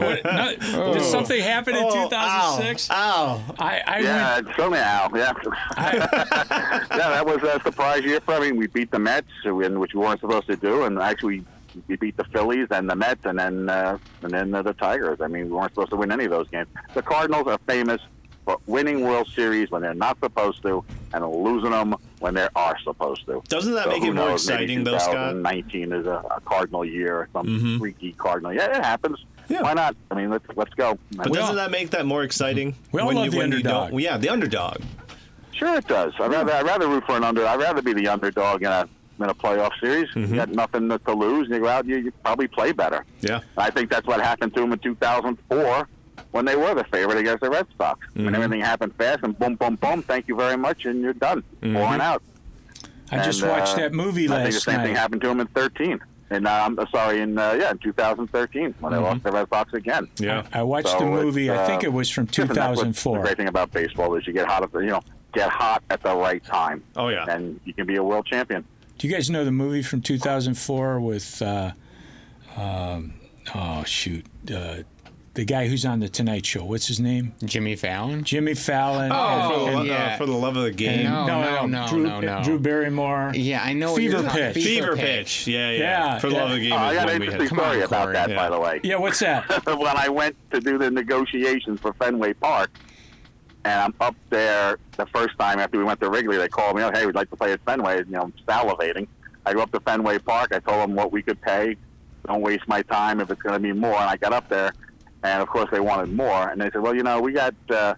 Speaker 6: what, no, Did
Speaker 1: Oh.
Speaker 6: something happen in 2006?
Speaker 7: Ow. ow.
Speaker 6: I, I went,
Speaker 1: Yeah, certainly Al. Yeah, yeah, that was a surprise year for. I mean, we beat the Mets, in which we weren't supposed to do, and actually we beat the Phillies and the Mets, and then uh, and then uh, the Tigers. I mean, we weren't supposed to win any of those games. The Cardinals are famous for winning World Series when they're not supposed to, and losing them when they are supposed to.
Speaker 7: Doesn't that
Speaker 1: So
Speaker 7: make
Speaker 1: who
Speaker 7: it more
Speaker 1: knows? Maybe
Speaker 7: exciting, though, Scott? Mm-hmm.
Speaker 1: 2019 is a, a Cardinal year, some freaky Cardinal. Yeah, it happens.
Speaker 7: Yeah.
Speaker 1: Why not? I mean, let's let's go.
Speaker 7: But
Speaker 6: We all- Mm-hmm.
Speaker 7: doesn't that make that more exciting?
Speaker 6: We all love the underdog.
Speaker 7: don't- yeah, the underdog.
Speaker 1: Sure, it does. I'd rather I'd rather root for an under. I'd rather be the underdog in a in a playoff series.
Speaker 7: Mm-hmm.
Speaker 1: You got nothing to lose, and you go out. You, you probably play better.
Speaker 7: Yeah.
Speaker 1: I think that's what happened to them in 2004 when they were the favorite against the Red Sox.
Speaker 7: Mm-hmm.
Speaker 1: When everything happened fast and boom, boom, boom. Thank you very much, and you're done.
Speaker 7: Mm-hmm.
Speaker 1: Four and out.
Speaker 6: I just
Speaker 1: And, uh,
Speaker 6: watched that movie
Speaker 1: I think the
Speaker 6: last
Speaker 1: same thing
Speaker 6: night.
Speaker 1: happened to them in 13. And uh, I'm sorry, in uh, yeah, in 2013 when they lost the Red Sox again.
Speaker 7: Mm-hmm. Yeah.
Speaker 6: I watched
Speaker 1: So
Speaker 6: the
Speaker 1: it's,
Speaker 6: movie. I think
Speaker 1: uh,
Speaker 6: it was from
Speaker 1: Listen, that's what's The
Speaker 6: 2004.
Speaker 1: great thing about baseball is you get hot at the you know get hot at the right time.
Speaker 7: Oh, yeah.
Speaker 1: and you can be a world champion.
Speaker 6: Do you guys know the movie from 2004 with, uh, um, oh shoot, uh, the guy who's on the Tonight Show? What's his name?
Speaker 4: Jimmy Fallon?
Speaker 6: Jimmy Fallon.
Speaker 7: Oh,
Speaker 6: and-
Speaker 7: for, the-
Speaker 4: yeah.
Speaker 7: uh, for the love of the
Speaker 6: and-
Speaker 7: game.
Speaker 4: No, no, no,
Speaker 6: Drew,
Speaker 4: no, no.
Speaker 6: Drew Barrymore.
Speaker 4: Yeah, I know. what
Speaker 6: Fever
Speaker 4: you're talking-
Speaker 6: pitch.
Speaker 7: Fever pitch. Yeah, yeah,
Speaker 6: Yeah,
Speaker 7: For the
Speaker 6: yeah.
Speaker 7: love of the game.
Speaker 1: Oh, I
Speaker 7: is
Speaker 1: got
Speaker 7: when
Speaker 1: an
Speaker 7: we had-
Speaker 1: interesting
Speaker 4: Come on,
Speaker 1: story about
Speaker 4: Corey.
Speaker 1: that, by
Speaker 7: Yeah.
Speaker 1: the way.
Speaker 6: Yeah, what's that?
Speaker 1: when I went to do the negotiations for Fenway Park, and I'm up there the first time after we went to Wrigley, they called me up, hey, we'd like to play at Fenway. You know, I'm salivating. I go up to Fenway Park. I told them what we could pay. Don't waste my time if it's going to be more. And I got up there, and of course they wanted more. And they said, well, you know, we got uh,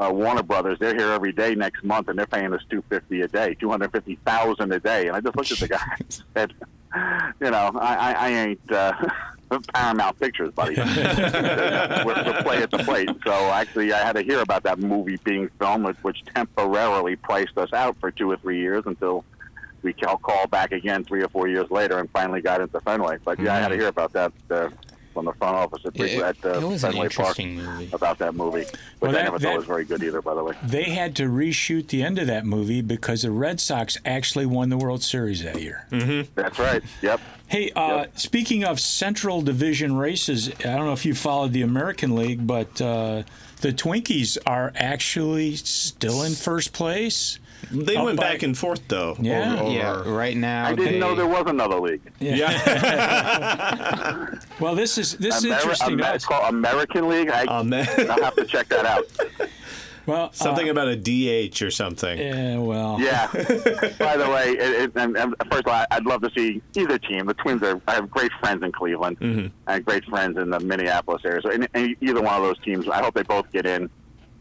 Speaker 1: uh, Warner Brothers. They're here every day next month, and they're paying us two fifty a day, two hundred fifty thousand a day. And I just looked at the guy and said, you know, I, I, I ain't uh, Paramount Pictures, buddy. we're, we're play at the plate. So actually, I had to hear about that movie being filmed, which- which temporarily priced us out for two or three years until we call call back again three or four years later and finally got into Fenway. But yeah, I had to hear about that. Uh, from the front office at,
Speaker 4: Mm-hmm. It-
Speaker 1: at uh,
Speaker 4: it was an
Speaker 1: Fenway Park
Speaker 4: interesting movie.
Speaker 1: about that movie, which
Speaker 6: Well,
Speaker 1: I
Speaker 6: that-
Speaker 1: never
Speaker 6: that-
Speaker 1: thought was very good either, by the way.
Speaker 6: They had to reshoot the end of that movie because the Red Sox actually won the World Series that year.
Speaker 1: That's right. Yep.
Speaker 6: Hey, uh, speaking of Central Division races, I don't know if you followed the American League, but uh, the Twinkies are actually still in first place.
Speaker 7: They
Speaker 6: Up
Speaker 7: went
Speaker 6: by-
Speaker 7: back and forth, though.
Speaker 6: Yeah.
Speaker 7: over-
Speaker 4: Yeah,
Speaker 7: over-
Speaker 4: right now.
Speaker 1: I didn't
Speaker 4: they-
Speaker 1: know there was another league.
Speaker 7: Yeah.
Speaker 6: Well, this is this is
Speaker 1: Ameri-
Speaker 6: interesting. to
Speaker 1: Amer-
Speaker 6: us.
Speaker 1: called American League. I,
Speaker 7: Um,
Speaker 1: I'll have to check that out.
Speaker 6: Well, uh,
Speaker 7: Something about a DH or something.
Speaker 6: yeah, well,
Speaker 1: Yeah. By the way, it, it, and, and first of all, I'd love to see either team. The Twins are. I have great friends in Cleveland and great friends in the Minneapolis area. So, in, in either one of those teams, I hope they both get in,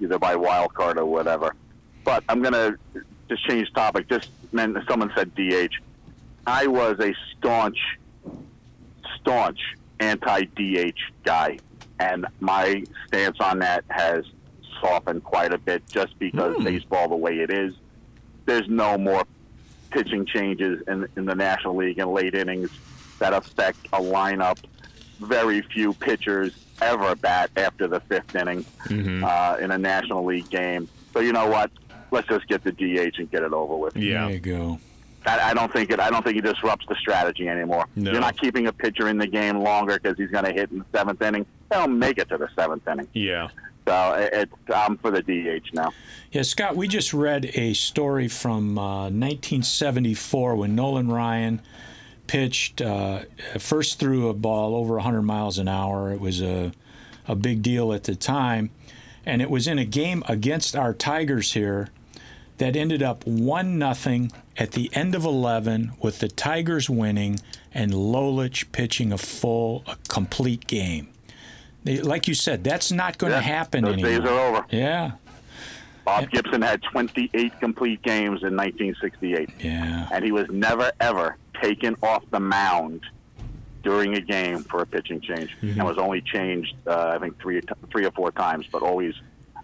Speaker 1: either by wild card or whatever. But I'm gonna just change topic. Just man, someone said DH. I was a staunch, staunch anti DH guy, and my stance on that has softened quite a bit just because baseball the way it is. There's no more pitching changes in, in the National League in late innings that affect a lineup. Very few pitchers ever bat after the fifth inning uh, in a National League game. So you know what? Let's just get the DH and get it over with.
Speaker 7: Yeah.
Speaker 6: There you go.
Speaker 1: I, I don't think it. I don't think it disrupts the strategy anymore.
Speaker 7: No.
Speaker 1: You're not keeping a pitcher in the game longer because he's going to hit in the seventh inning. They'll make it to the seventh inning.
Speaker 7: Yeah.
Speaker 1: So it, it's I'm for the DH now.
Speaker 6: Yeah, Scott, we just read a story from uh, 1974 when Nolan Ryan pitched, uh, first threw a ball over 100 miles an hour. It was a, a big deal at the time. And it was in a game against our Tigers here that ended up 1 nothing at the end of 11 with the Tigers winning and Lolich pitching a full, a complete game. They- Like you said, that's not going to
Speaker 1: Yeah,
Speaker 6: happen
Speaker 1: those days
Speaker 6: anymore.
Speaker 1: are over.
Speaker 6: Yeah,
Speaker 1: Bob Gibson had 28 complete games in 1968,
Speaker 6: yeah.
Speaker 1: and he was never ever taken off the mound during a game for a pitching change,
Speaker 6: Mm-hmm.
Speaker 1: and was only changed uh, I think three t- three or four times, but always.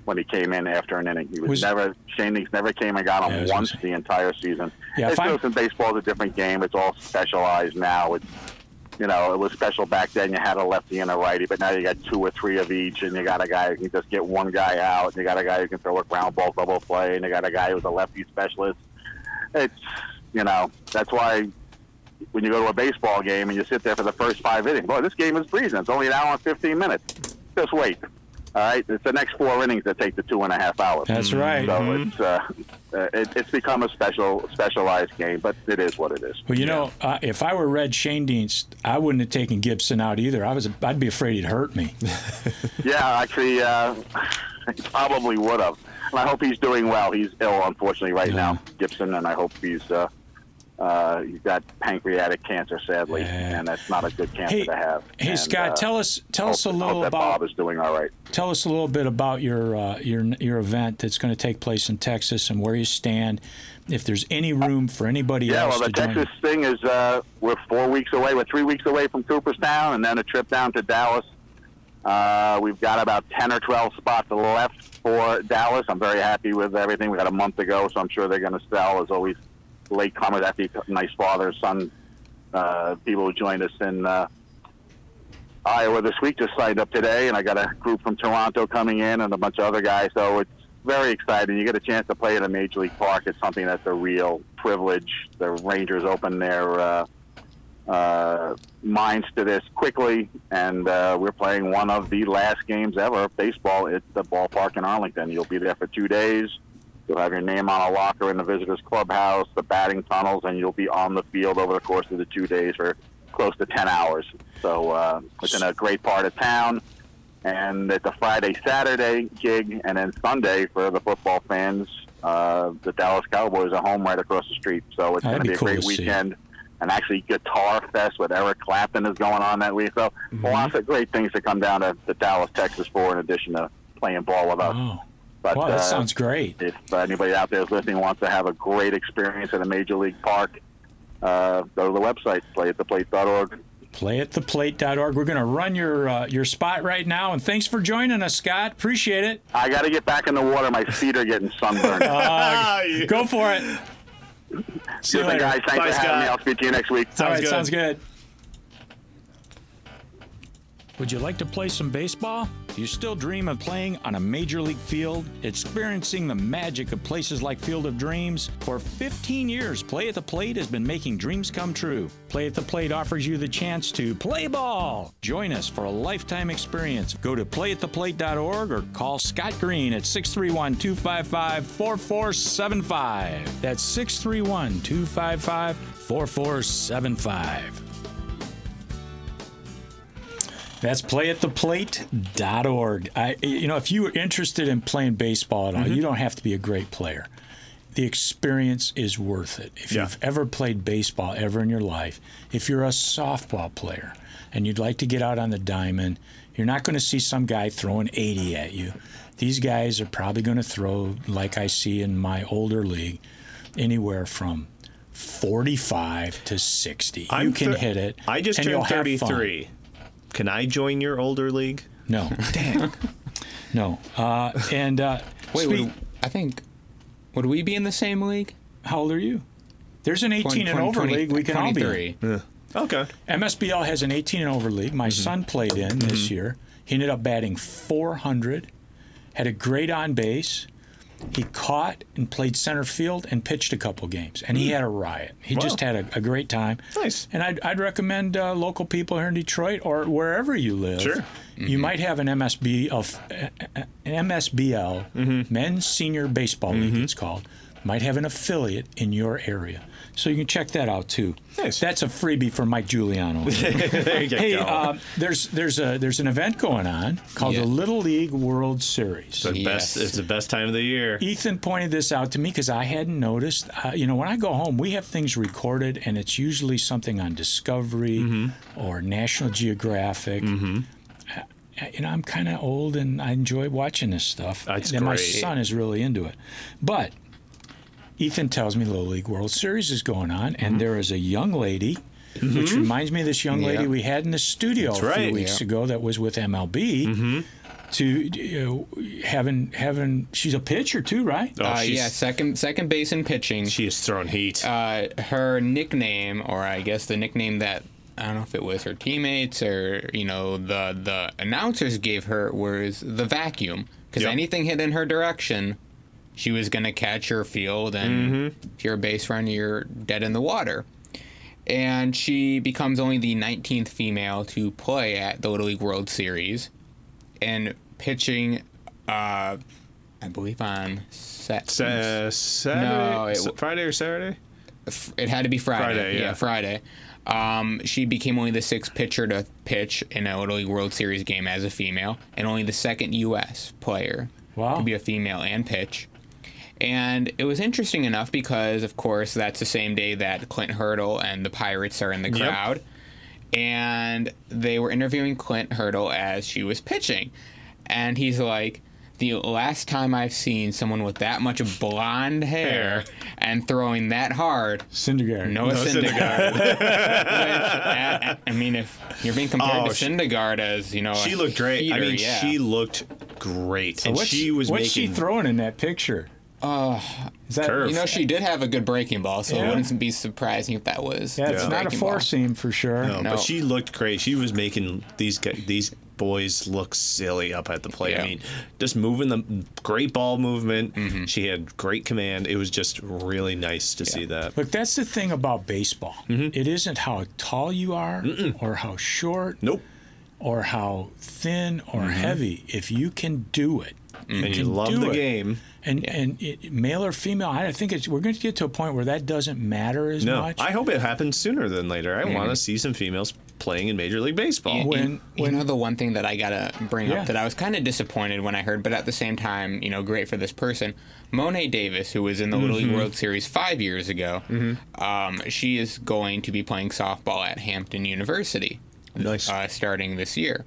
Speaker 1: When he came in after an inning, he was,
Speaker 6: Was-
Speaker 1: never Shane Nix never came and got
Speaker 6: Yeah, I
Speaker 1: him
Speaker 6: was gonna
Speaker 1: once
Speaker 6: say.
Speaker 1: the entire season.
Speaker 6: Yeah,
Speaker 1: it's
Speaker 6: if I-
Speaker 1: just in baseball is a different game. It's all specialized now. It's you know, it was special back then. You had a lefty and a righty, but now you got two or three of each, and you got a guy who can just get one guy out, and you got a guy who can throw a ground ball double play, and you got a guy who's a lefty specialist. It's, you know, that's why when you go to a baseball game and you sit there for the first five innings, boy, this game is breezing. It's only an hour and 15 minutes. Just wait. All right, it's the next four innings that take the two and a half hours.
Speaker 6: That's right. Mm-hmm.
Speaker 1: So it's uh, uh, it, it's become a special specialized game, but it is what it is.
Speaker 6: Well, you know, uh, if I were Red Shane Deans, I wouldn't have taken Gibson out either. I was, I'd be afraid he'd hurt me.
Speaker 1: Yeah, actually, uh, he probably would have. And I hope he's doing well. He's ill, unfortunately, right now, Gibson, and I hope he's uh, uh, he's got pancreatic cancer, sadly, and that's not a good cancer
Speaker 6: Hey,
Speaker 1: to have.
Speaker 6: hey,
Speaker 1: And,
Speaker 6: Scott,
Speaker 1: uh,
Speaker 6: tell us, tell us a
Speaker 1: hope-
Speaker 6: little
Speaker 1: hope that
Speaker 6: about,
Speaker 1: Bob is doing all right.
Speaker 6: tell us a little bit about your, uh, your, your event that's going to take place in Texas and where you stand. If there's any room for anybody
Speaker 1: Yeah,
Speaker 6: else
Speaker 1: well,
Speaker 6: to
Speaker 1: the
Speaker 6: join.
Speaker 1: Texas thing is uh, we're four weeks away. We're three weeks away from Cooperstown, and then a trip down to Dallas. Uh, we've got about ten or twelve spots left for Dallas. I'm very happy with everything. We got a month to go, so I'm sure they're going to sell. As always, late comers after you- nice father son uh, people who joined us in uh, Iowa this week just signed up today, and I got a group from Toronto coming in and a bunch of other guys. So it's very exciting. You get a chance to play at a major league park. It's something that's a real privilege. The Rangers open their uh, uh, minds to this quickly, and uh, we're playing one of the last games ever of baseball at the ballpark in Arlington. You'll be there for two days. You'll have your name on a locker in the visitors' clubhouse, the batting tunnels, and you'll be on the field over the course of the two days for close to 10 hours. So uh, it's in a great part of town. And it's a Friday, Saturday gig, and then Sunday for the football fans. Uh, the Dallas Cowboys are home right across the street. So it's
Speaker 6: Oh,
Speaker 1: going
Speaker 6: that'd
Speaker 1: to
Speaker 6: be cool
Speaker 1: be a great
Speaker 6: to see.
Speaker 1: weekend. And actually, Guitar Fest with Eric Clapton is going on that week. So
Speaker 6: Mm-hmm.
Speaker 1: lots of great things to come down to, to Dallas, Texas for, in addition to playing ball with us.
Speaker 6: Wow.
Speaker 1: But,
Speaker 6: Oh, wow, that
Speaker 1: uh,
Speaker 6: sounds great.
Speaker 1: if anybody out there is listening wants to have a great experience at a major league park, uh, go to the website, playattheplate.org.
Speaker 6: Play at theplate.org. We're going to run your, uh, your spot right now. And thanks for joining us, Scott. Appreciate it.
Speaker 1: I got to get back in the water. My feet are getting sunburned.
Speaker 6: Uh, Go for it. See you
Speaker 1: Listen,
Speaker 6: later.
Speaker 1: guys, thanks
Speaker 7: Bye,
Speaker 1: for having me.
Speaker 7: Scott.
Speaker 1: I'll speak to you next week.
Speaker 6: All right,
Speaker 7: good.
Speaker 6: sounds good. Would you like to play some baseball? Do you still dream of playing on a major league field? Experiencing the magic of places like Field of Dreams? For 15 years, Play at the Plate has been making dreams come true. Play at the Plate offers you the chance to play ball. Join us for a lifetime experience. Go to playattheplate.org or call Scott Green at 631 255 4475. That's 631 255 4475. That's playattheplate.org. I, you know, if you are interested in playing baseball at all,
Speaker 7: Mm-hmm.
Speaker 6: you don't have to be a great player. The experience is worth it. If
Speaker 7: Yeah.
Speaker 6: you've ever played baseball ever in your life, if you're a softball player and you'd like to get out on the diamond, you're not going to see some guy throwing 80 at you. These guys are probably going to throw, like I see in my older league, anywhere from 45 to 60. you
Speaker 7: I'm
Speaker 6: can
Speaker 7: thir-
Speaker 6: hit it.
Speaker 7: I just
Speaker 6: and you'll
Speaker 7: turned
Speaker 6: have fun.
Speaker 7: 33. Can I join your older league?
Speaker 6: No. Dang. No. Uh, and uh,
Speaker 4: Wait,
Speaker 6: speak-
Speaker 4: would, I think would we be in the same league?
Speaker 6: how old are you? There's an 18 and over league we can all be. in.
Speaker 7: Okay.
Speaker 6: MSBL has an 18 and over league. My
Speaker 4: Mm-hmm.
Speaker 6: son played in this year. He ended up batting 400, had a great on base. He caught and played center field and pitched a couple games, and he had a riot. He just had a, a great time.
Speaker 7: Hmm. Nice.
Speaker 6: And I'd, I'd recommend uh, local people here in Detroit or wherever you live.
Speaker 7: Sure. Mm-hmm.
Speaker 6: You might have an MSB of uh, uh, MSBL
Speaker 7: Mm-hmm.
Speaker 6: Men's Senior Baseball League. It's called. Might have an affiliate in your area, so you can check that out too.
Speaker 7: Nice.
Speaker 6: That's a freebie for Mike Giuliano.
Speaker 7: There you
Speaker 6: Hey,
Speaker 7: go.
Speaker 6: um, there's there's a there's an event going on called
Speaker 4: Yeah.
Speaker 6: the Little League World Series.
Speaker 7: the
Speaker 4: yes.
Speaker 7: best. It's the best time of the year.
Speaker 6: Ethan pointed this out to me because I hadn't noticed. Uh, you know, when I go home, we have things recorded, and it's usually something on Discovery
Speaker 7: Mm-hmm.
Speaker 6: or National Geographic. Uh, you know, I'm kind of old, and I enjoy watching this stuff.
Speaker 7: That's
Speaker 6: and my
Speaker 7: great.
Speaker 6: son is really into it, but. Ethan tells me Little League World Series is going on,
Speaker 7: Mm-hmm.
Speaker 6: and there is a young lady, which reminds me of this young lady
Speaker 4: Yeah.
Speaker 6: we had in the studio a few
Speaker 7: right. Mm-hmm.
Speaker 6: weeks
Speaker 4: Yeah.
Speaker 6: ago that was with MLB. To uh, having having she's a pitcher too, right?
Speaker 7: Oh,
Speaker 4: Uh,
Speaker 7: she's,
Speaker 4: yeah, second second base in pitching.
Speaker 7: she is throwing heat.
Speaker 4: uh, her nickname, or I guess the nickname that I don't know if it was her teammates or you know the the announcers gave her was the vacuum because
Speaker 7: Yep.
Speaker 4: anything hit in her direction, she was gonna catch or field, and if you're a base runner, you're dead in the water. And she becomes only the 19th female to play at the Little League World Series, and pitching, uh, I believe on set.
Speaker 7: Sa- Saturday,
Speaker 4: No, it
Speaker 7: Sa-
Speaker 4: w-
Speaker 7: Friday or Saturday?
Speaker 4: it had to be Friday.
Speaker 7: Friday,
Speaker 4: yeah.
Speaker 7: yeah.
Speaker 4: Friday. Um, she became only the sixth pitcher to pitch in a Little League World Series game as a female, and only the second U.S. player
Speaker 6: Wow.
Speaker 4: to be a female and pitch. And it was interesting enough because, of course, that's the same day that Clint Hurdle and the Pirates are in the crowd and they were interviewing Clint Hurdle as she was pitching. And he's like, the last time I've seen someone with that much blonde hair and throwing that hard,
Speaker 6: Syndergaard.
Speaker 4: Noah Syndergaard. Which, I, I mean, if you're being compared
Speaker 7: Oh,
Speaker 4: to
Speaker 7: she-
Speaker 4: Syndergaard as, you know,
Speaker 7: She
Speaker 4: a
Speaker 7: looked great. I
Speaker 4: heater,
Speaker 7: mean,
Speaker 4: yeah.
Speaker 7: she looked great, and
Speaker 6: What's-
Speaker 7: she was
Speaker 6: what's
Speaker 7: making.
Speaker 6: she throwing in that picture? Uh, is that
Speaker 7: curve.
Speaker 4: You know, she did have a good breaking ball, so
Speaker 6: Yeah.
Speaker 4: it wouldn't be surprising if that was.
Speaker 6: yeah, it's
Speaker 4: the
Speaker 6: not a
Speaker 4: breaking
Speaker 6: four
Speaker 4: ball.
Speaker 6: seam for sure.
Speaker 7: No,
Speaker 4: No.
Speaker 7: But she looked great. She was making these gu- these boys look silly up at the plate. I
Speaker 4: Yeah.
Speaker 7: mean, just moving the great ball movement.
Speaker 6: Mm-hmm.
Speaker 7: She had great command. It was just really nice to see that.
Speaker 6: Look, that's the thing about baseball.
Speaker 7: Mm-hmm.
Speaker 6: It isn't how tall you are or how short
Speaker 7: Nope. Mm-hmm.
Speaker 6: or how thin or heavy. If you can do it,
Speaker 7: And you
Speaker 6: can
Speaker 7: love
Speaker 6: do
Speaker 7: the
Speaker 6: it.
Speaker 7: game.
Speaker 6: and and it, male or female, I think it's we're going to get to a point where that doesn't matter as
Speaker 7: No,
Speaker 6: much. Mm-hmm.
Speaker 7: I hope it happens sooner than later. I want to see some females playing in Major League Baseball.
Speaker 6: When-
Speaker 4: you, you know the one thing that I gotta bring
Speaker 6: Yeah.
Speaker 4: up that I was kind of disappointed when I heard, but at the same time, you know, great for this person, Monet Davis, who was in the Little
Speaker 6: Mm-hmm.
Speaker 4: League World Series five years ago. Um, she is going to be playing softball at Hampton University
Speaker 7: Nice.
Speaker 4: uh, starting this year.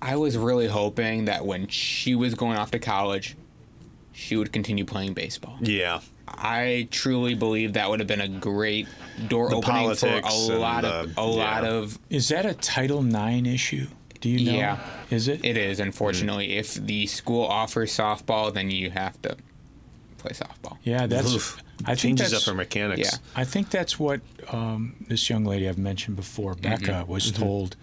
Speaker 4: I was really hoping that when she was going off to college, she would continue playing baseball.
Speaker 7: yeah.
Speaker 4: I truly believe that would have been a great door opening for a
Speaker 7: politics and
Speaker 4: lot of
Speaker 7: the-
Speaker 4: a lot
Speaker 7: yeah.
Speaker 4: of
Speaker 6: is that a Title IX issue? Do you know?
Speaker 4: Yeah.
Speaker 6: Is it?
Speaker 4: It is, unfortunately. If the school offers softball, then you have to play softball.
Speaker 6: yeah, that's.
Speaker 7: Oof.
Speaker 6: I think
Speaker 7: Changes up
Speaker 6: that's.
Speaker 7: her mechanics.
Speaker 4: Yeah.
Speaker 6: I think that's what um, this young lady I've mentioned before, Becca, was told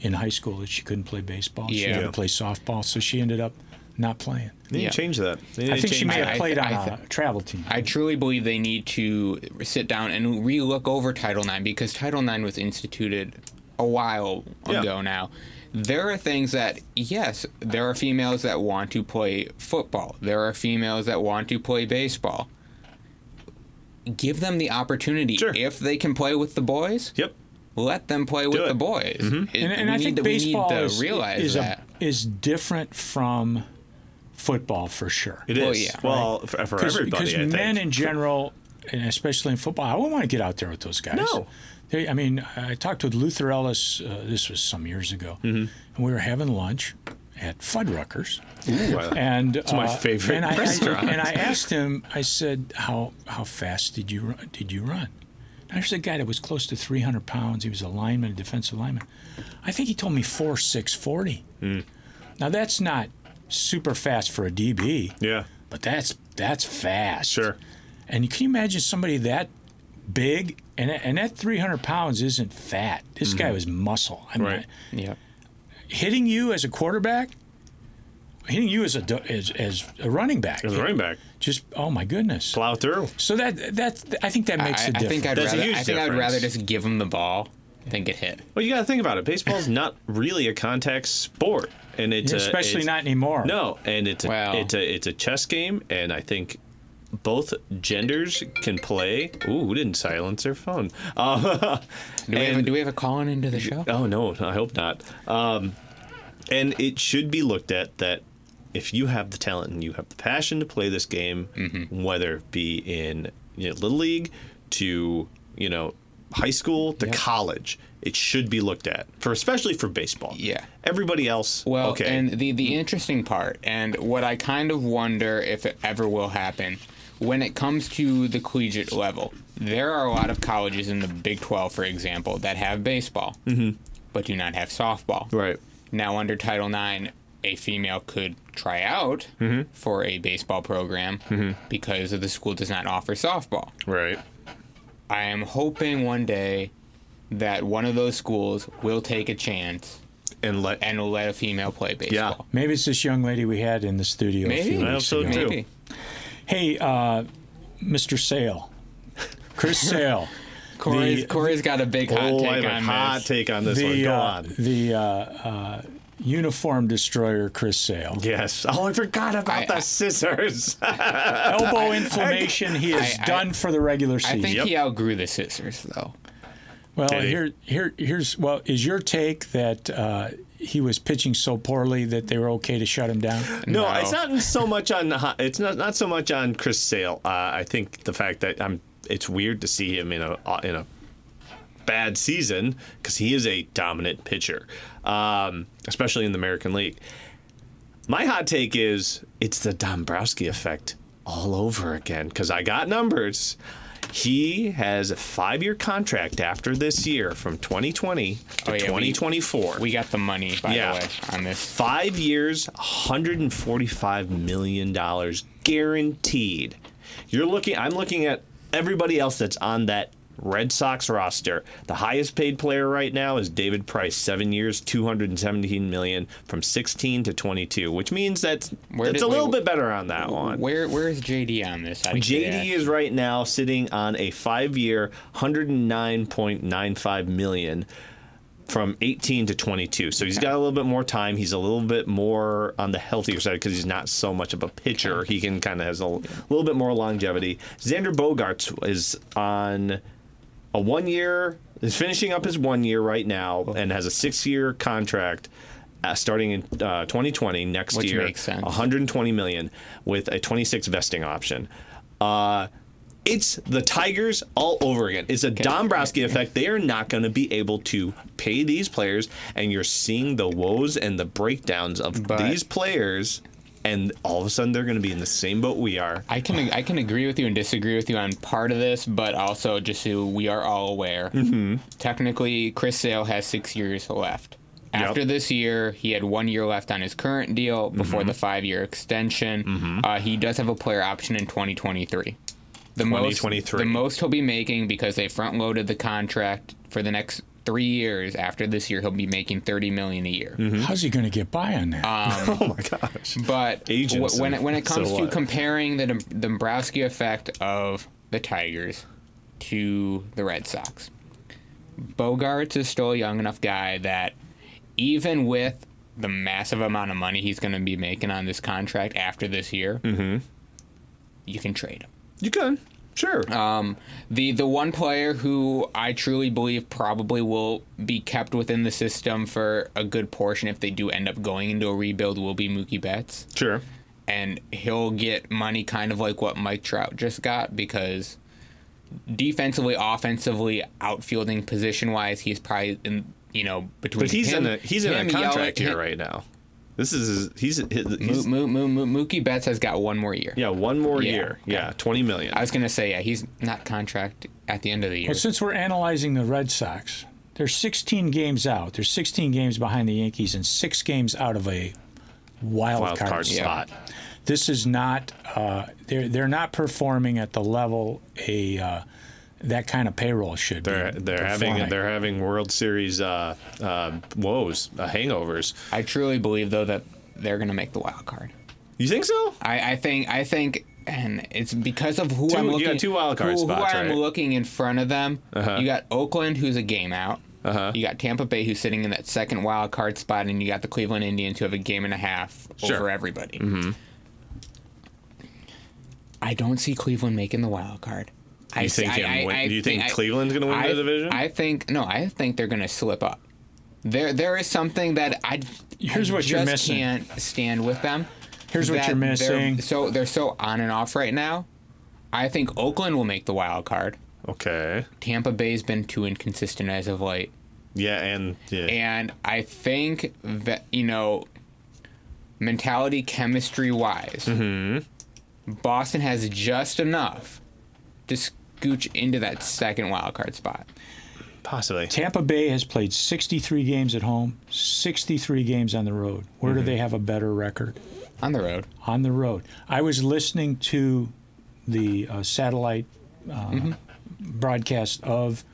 Speaker 6: in high school that she couldn't play baseball. She had
Speaker 4: Mm-hmm. Yeah.
Speaker 6: to play softball, so she ended up not playing.
Speaker 7: They need to
Speaker 4: Yeah.
Speaker 7: change that. They need
Speaker 6: I
Speaker 7: to
Speaker 6: think she
Speaker 7: change
Speaker 6: may
Speaker 7: that.
Speaker 6: have played on
Speaker 4: I-
Speaker 6: a travel team.
Speaker 4: I truly believe they need to sit down and re look over Title IX because Title IX was instituted a while
Speaker 7: Yeah.
Speaker 4: ago now. There are things that, yes, there are females that want to play football, there are females that want to play baseball. Give them the opportunity.
Speaker 7: Sure.
Speaker 4: If they can play with the boys,
Speaker 7: Yep.
Speaker 4: let them play with
Speaker 7: it. Mm-hmm.
Speaker 4: the boys. It-
Speaker 6: and, and
Speaker 4: we
Speaker 6: I
Speaker 4: need
Speaker 6: think
Speaker 4: to- we need
Speaker 6: baseball
Speaker 4: to
Speaker 6: is,
Speaker 4: realize
Speaker 6: is,
Speaker 4: that.
Speaker 6: A, is different from football for sure.
Speaker 7: It is.
Speaker 4: Well,
Speaker 7: Well,
Speaker 4: yeah.
Speaker 7: for, for
Speaker 6: Because
Speaker 7: everybody, I
Speaker 6: because
Speaker 7: think.
Speaker 6: men in general, and especially in football, I wouldn't want to get out there with those guys.
Speaker 7: No.
Speaker 6: They, I mean, I talked with Luther Ellis, uh, this was some years ago,
Speaker 7: Mm-hmm.
Speaker 6: and we were having lunch at Fuddruckers.
Speaker 7: Ooh, I-
Speaker 6: And it's
Speaker 7: my favorite
Speaker 6: and I,
Speaker 7: restaurant.
Speaker 6: I, and I asked him. I said, "How how fast did you run, did you run?" And there's a guy that was close to 300 pounds. He was a lineman, a
Speaker 7: Hmm.
Speaker 6: defensive lineman. I think he told me four six forty. Now that's not super fast for a DB.
Speaker 7: Yeah.
Speaker 6: But that's that's fast.
Speaker 7: Sure.
Speaker 6: And can you imagine somebody that big and and that 300 pounds isn't fat. This guy was muscle. I mean,
Speaker 7: Mm-hmm. Right.
Speaker 4: Yeah.
Speaker 6: hitting you as a quarterback, hitting you as a do- as, as a running back.
Speaker 7: As a running back,
Speaker 6: Just oh my goodness.
Speaker 7: plow through.
Speaker 6: So that that I think that
Speaker 4: I,
Speaker 6: makes a
Speaker 4: I
Speaker 6: difference.
Speaker 4: think I'd
Speaker 7: That's a
Speaker 4: rather.
Speaker 7: huge
Speaker 4: I think I'd rather
Speaker 7: difference.
Speaker 4: just give him the ball than get hit.
Speaker 7: Well, you got to think about it. Baseball's not really a contact sport, and uh, it's a-
Speaker 6: especially
Speaker 7: it's-
Speaker 6: not anymore.
Speaker 7: No, and it's a,
Speaker 4: Well.
Speaker 7: it's a it's a chess game, and I think both genders can play. Ooh, we didn't silence their phone. Uh,
Speaker 4: Do we, have, a-
Speaker 7: and-
Speaker 4: do we have a call-in into the show?
Speaker 7: Oh no, I hope not. Um, and it should be looked at that if you have the talent and you have the passion to play this game,
Speaker 4: Mm-hmm.
Speaker 7: whether it be in you know, little league to you know high school to college, it should be looked at for especially for baseball.
Speaker 4: Yeah.
Speaker 7: everybody else.
Speaker 4: Well,
Speaker 7: okay,
Speaker 4: and the the interesting part, and what I kind of wonder if it ever will happen, when it comes to the collegiate level, there are a lot of colleges in the Big Twelve, for example, that have baseball, but do not have softball.
Speaker 7: Mm-hmm. right.
Speaker 4: Now, under Title IX, a female could try out
Speaker 7: Mm-hmm.
Speaker 4: for a baseball program because the school does not offer softball.
Speaker 7: Right.
Speaker 4: I am hoping one day that one of those schools will take a chance
Speaker 7: And let
Speaker 4: and will let a female play
Speaker 7: yeah.
Speaker 4: baseball.
Speaker 6: Maybe it's this young lady we had in the studio. A
Speaker 4: Maybe.
Speaker 6: few
Speaker 4: I
Speaker 6: weeks
Speaker 7: hope so,
Speaker 6: ago.
Speaker 7: too.
Speaker 4: Maybe.
Speaker 6: Hey, uh, Mr. Sale, Chris Sale,
Speaker 4: Corey's,
Speaker 6: The-
Speaker 4: Corey's got a big hot
Speaker 7: oh, I
Speaker 4: take
Speaker 7: have a
Speaker 4: on
Speaker 7: hot
Speaker 4: this.
Speaker 7: take on this one.
Speaker 6: the
Speaker 7: Go
Speaker 6: uh,
Speaker 7: on.
Speaker 6: the uh, uh, uniform destroyer, Chris Sale.
Speaker 7: Yes. Oh, I forgot about
Speaker 4: I-
Speaker 7: the
Speaker 4: I-
Speaker 7: scissors.
Speaker 6: Elbow inflammation. he is
Speaker 4: I- I-
Speaker 6: done for the regular
Speaker 4: I
Speaker 6: season.
Speaker 4: think
Speaker 7: Yep.
Speaker 4: he outgrew the scissors, though.
Speaker 6: well,
Speaker 7: Did he?
Speaker 6: here here here's well is your take that. Uh, he was pitching so poorly that they were okay to shut him down.
Speaker 7: No,
Speaker 4: No.
Speaker 7: it's not so much on the. hot- It's not not so much on Chris Sale. Uh, I think the fact that I'm. It's weird to see him in a uh, in a bad season because he is a dominant pitcher, um, especially in the American League. My hot take is it's the Dombrowski effect all over again because I got numbers. He has a five-year contract after this year from 2020 to
Speaker 4: Oh, yeah, we-
Speaker 7: 2024
Speaker 4: We got the money, by
Speaker 7: Yeah.
Speaker 4: the way, on this.
Speaker 7: five years, $145 million guaranteed. You're looking, I'm looking at everybody else that's on that Red Sox roster. The highest paid player right now is David Price, seven years, 217 million from 16 to 22, which means that's,
Speaker 4: Where
Speaker 7: that's
Speaker 4: did-
Speaker 7: a little
Speaker 4: wait,
Speaker 7: bit better on that one.
Speaker 4: Where Where is JD on this? I
Speaker 7: JD is right now sitting on a five-year, 109.95 million from 18 to 22. So he's got a little bit more time. He's a little bit more on the healthier side because he's not so much of a pitcher. He can kind of has a little bit more longevity. Xander Bogarts is on a one year is finishing up his one year right now
Speaker 4: Oh.
Speaker 7: and has a six year contract uh, starting in uh, 2020 next
Speaker 4: Which
Speaker 7: year
Speaker 4: makes sense.
Speaker 7: 120 million with a 26 vesting option uh, it's the tigers all over again it's a dombrowski effect they are not going to be able to pay these players and you're seeing the woes and the breakdowns of
Speaker 4: But-
Speaker 7: these players and all of a sudden they're going to be in the same boat we are
Speaker 4: I can I can agree with you and disagree with you on part of this, but also just so we are all aware, technically Chris Sale has six years left. After this year, he had one year left on his current deal before the five-year extension. Uh, he does have a player option in 2023. The most
Speaker 7: 2023.
Speaker 4: the most he'll be making because they front-loaded the contract for the next three years. After this year, he'll be making 30 million a year.
Speaker 6: How's he going to get by on that?
Speaker 7: oh my gosh
Speaker 4: But w-
Speaker 7: Agents
Speaker 4: when it,
Speaker 7: and
Speaker 4: when it
Speaker 7: so
Speaker 4: comes to
Speaker 7: what?
Speaker 4: comparing the Dom- Dombrowski effect of the Tigers to the Red Sox, Bogarts is still a young enough guy that even with the massive amount of money he's going to be making on this contract after this year,
Speaker 7: Mm-hmm.
Speaker 4: you can trade him.
Speaker 7: you can sure
Speaker 4: The the one player who I truly believe probably will be kept within the system for a good portion if they do end up going into a rebuild will be Mookie Betts.
Speaker 7: sure
Speaker 4: and he'll get money kind of like what Mike Trout just got because defensively, offensively, outfielding position wise, he's probably in you know between.
Speaker 7: But he's
Speaker 4: him-
Speaker 7: in a he's in
Speaker 4: him,
Speaker 7: a contract
Speaker 4: Yelich-
Speaker 7: here right now. This is his, he's, his,
Speaker 4: Mo-
Speaker 7: he's
Speaker 4: Mo- Mo- Mo- Mookie Betts has got one more year.
Speaker 7: yeah one more
Speaker 4: Yeah,
Speaker 7: year.
Speaker 4: okay.
Speaker 7: Yeah, twenty million.
Speaker 4: I was gonna say yeah, he's not contract at the end of the year.
Speaker 6: Well, since we're analyzing the Red Sox, they're 16 games out. They're 16 games behind the Yankees and six games out of a wild,
Speaker 7: Wild
Speaker 6: card,
Speaker 7: card
Speaker 6: spot.
Speaker 7: spot.
Speaker 6: This is not uh, they're they're not performing at the level a uh, that kind of payroll should
Speaker 7: They're
Speaker 6: be.
Speaker 7: they're having
Speaker 6: performing.
Speaker 7: they're having World Series uh, uh, woes, uh, hangovers.
Speaker 4: I truly believe though that they're gonna make the wild card.
Speaker 7: You think so?
Speaker 4: I, I think I think and it's because of who
Speaker 7: Two-
Speaker 4: i I'm
Speaker 7: you got
Speaker 4: looking
Speaker 7: two wild card
Speaker 4: who, who
Speaker 7: spots,
Speaker 4: I'm
Speaker 7: right? Uh-huh.
Speaker 4: looking in front of them. You got Oakland who's a game out. You got Tampa Bay who's sitting in that second wild card spot and you got the Cleveland Indians who have a game and a half
Speaker 7: Sure. Mm-hmm.
Speaker 4: over everybody. I don't see Cleveland making the wild card. I
Speaker 7: You
Speaker 4: see-
Speaker 7: think him
Speaker 4: I- I-
Speaker 7: win-
Speaker 4: I
Speaker 7: you think
Speaker 4: I-
Speaker 7: Cleveland's gonna win
Speaker 4: I,
Speaker 7: the division?
Speaker 4: I think no, I think they're going to slip up. There there is something that I
Speaker 6: Here's
Speaker 4: I
Speaker 6: what you're
Speaker 4: just
Speaker 6: missing.
Speaker 4: can't stand with them.
Speaker 6: Here's what
Speaker 4: that
Speaker 6: you're missing.
Speaker 4: They're, so they're so on and off right now. I think Oakland will make the wild card.
Speaker 7: Okay.
Speaker 4: Tampa Bay's been too inconsistent as of late,
Speaker 7: Yeah, and yeah.
Speaker 4: and I think that you know, mentality, chemistry wise,
Speaker 6: Mm-hmm.
Speaker 4: Boston has just enough to scooch into that second wild card spot.
Speaker 7: possibly.
Speaker 6: Tampa Bay has played 63 games at home, 63 games on the road. Where
Speaker 7: Mm-hmm.
Speaker 6: do they have a better record?
Speaker 4: on the road.
Speaker 6: on the road. I was listening to the uh, satellite uh, broadcast of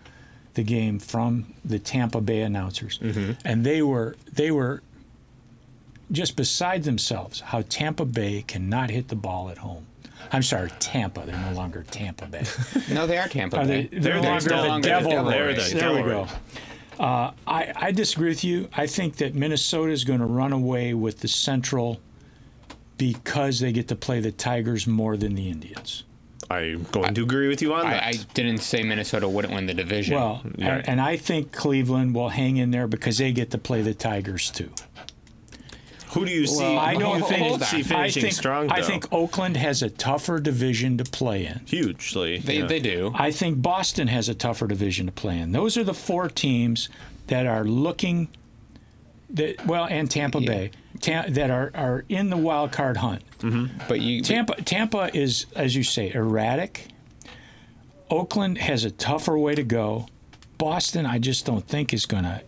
Speaker 6: the game from the Tampa Bay announcers, and they were they were just beside themselves how Tampa Bay cannot hit the ball at home. I'm sorry, Tampa. They're no longer Tampa Bay.
Speaker 4: No, they are Tampa
Speaker 6: Are they,
Speaker 4: Bay.
Speaker 6: they're,
Speaker 7: they're
Speaker 6: longer
Speaker 7: still
Speaker 6: the
Speaker 4: longer the
Speaker 6: devil.
Speaker 4: Devil
Speaker 6: Rays.
Speaker 4: Rays.
Speaker 6: There we
Speaker 7: Devil
Speaker 6: go.
Speaker 7: Rays.
Speaker 6: Uh, I, I disagree with you. I think that Minnesota is going to run away with the Central because they get to play the Tigers more than the Indians.
Speaker 7: I'm going to agree with you on
Speaker 4: I,
Speaker 7: that.
Speaker 4: I didn't say Minnesota wouldn't win the division.
Speaker 6: Well, and, and I think Cleveland will hang in there because they get to play the Tigers too.
Speaker 7: Who do you see?
Speaker 4: Well,
Speaker 6: I
Speaker 7: who
Speaker 6: don't
Speaker 7: do you
Speaker 6: think
Speaker 4: hold on.
Speaker 7: see
Speaker 6: I
Speaker 7: finishing
Speaker 6: think,
Speaker 7: strong.
Speaker 6: I
Speaker 7: though?
Speaker 6: think Oakland has a tougher division to play in.
Speaker 7: hugely.
Speaker 4: they,
Speaker 7: yeah.
Speaker 4: they do.
Speaker 6: I think Boston has a tougher division to play in. Those are the four teams that are looking that well, and Tampa Bay ta- that are, are in the wild card hunt.
Speaker 4: But you
Speaker 6: Tampa Tampa is as you say erratic. Oakland has a tougher way to go. Boston, I just don't think is going to.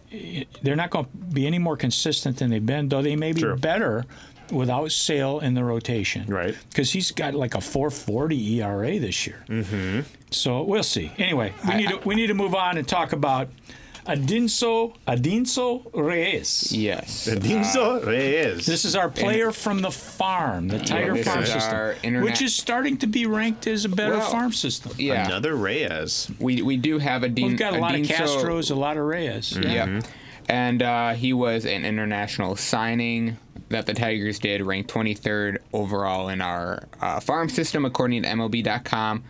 Speaker 6: They're not going to be any more consistent than they've been, though they may be
Speaker 7: True.
Speaker 6: better without Sale in the rotation.
Speaker 7: Right.
Speaker 6: Because he's got like a 440 ERA this year. Mm-hmm. So we'll see. Anyway, we need to, we need to move on and talk about Adinso Adinso Reyes.
Speaker 4: yes. uh,
Speaker 7: Dinzo Reyes.
Speaker 6: This is our player from the farm, the Tiger
Speaker 4: this
Speaker 6: Farm
Speaker 4: is our
Speaker 6: System,
Speaker 4: interna-
Speaker 6: which is starting to be ranked as a better
Speaker 4: Well,
Speaker 6: farm system.
Speaker 4: Yeah,
Speaker 7: Another Reyes.
Speaker 4: we we do have a Dean.
Speaker 6: We've got a lot of
Speaker 4: Dean So- Mm-hmm.
Speaker 6: Castros, a lot of Reyes.
Speaker 4: Yep. And uh, he was an international signing that the Tigers did, ranked 23rd overall in our uh, farm system, according to MLB.com.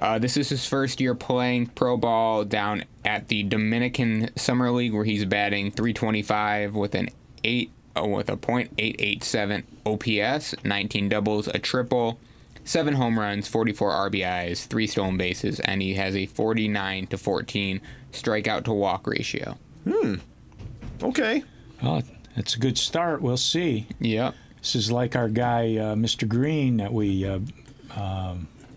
Speaker 4: Uh, this is his first year playing pro ball down at the Dominican Summer League, where he's batting 325 with an eight uh, with a .887 OPS, 19 doubles, a triple, seven home runs, 44 RBIs, three stolen bases, and he has a 49 to 14 strikeout to walk ratio.
Speaker 7: Okay.
Speaker 6: Well, that's a good start. We'll see.
Speaker 4: Yep.
Speaker 6: This is like our guy, uh, Mr. Green, that we. Uh,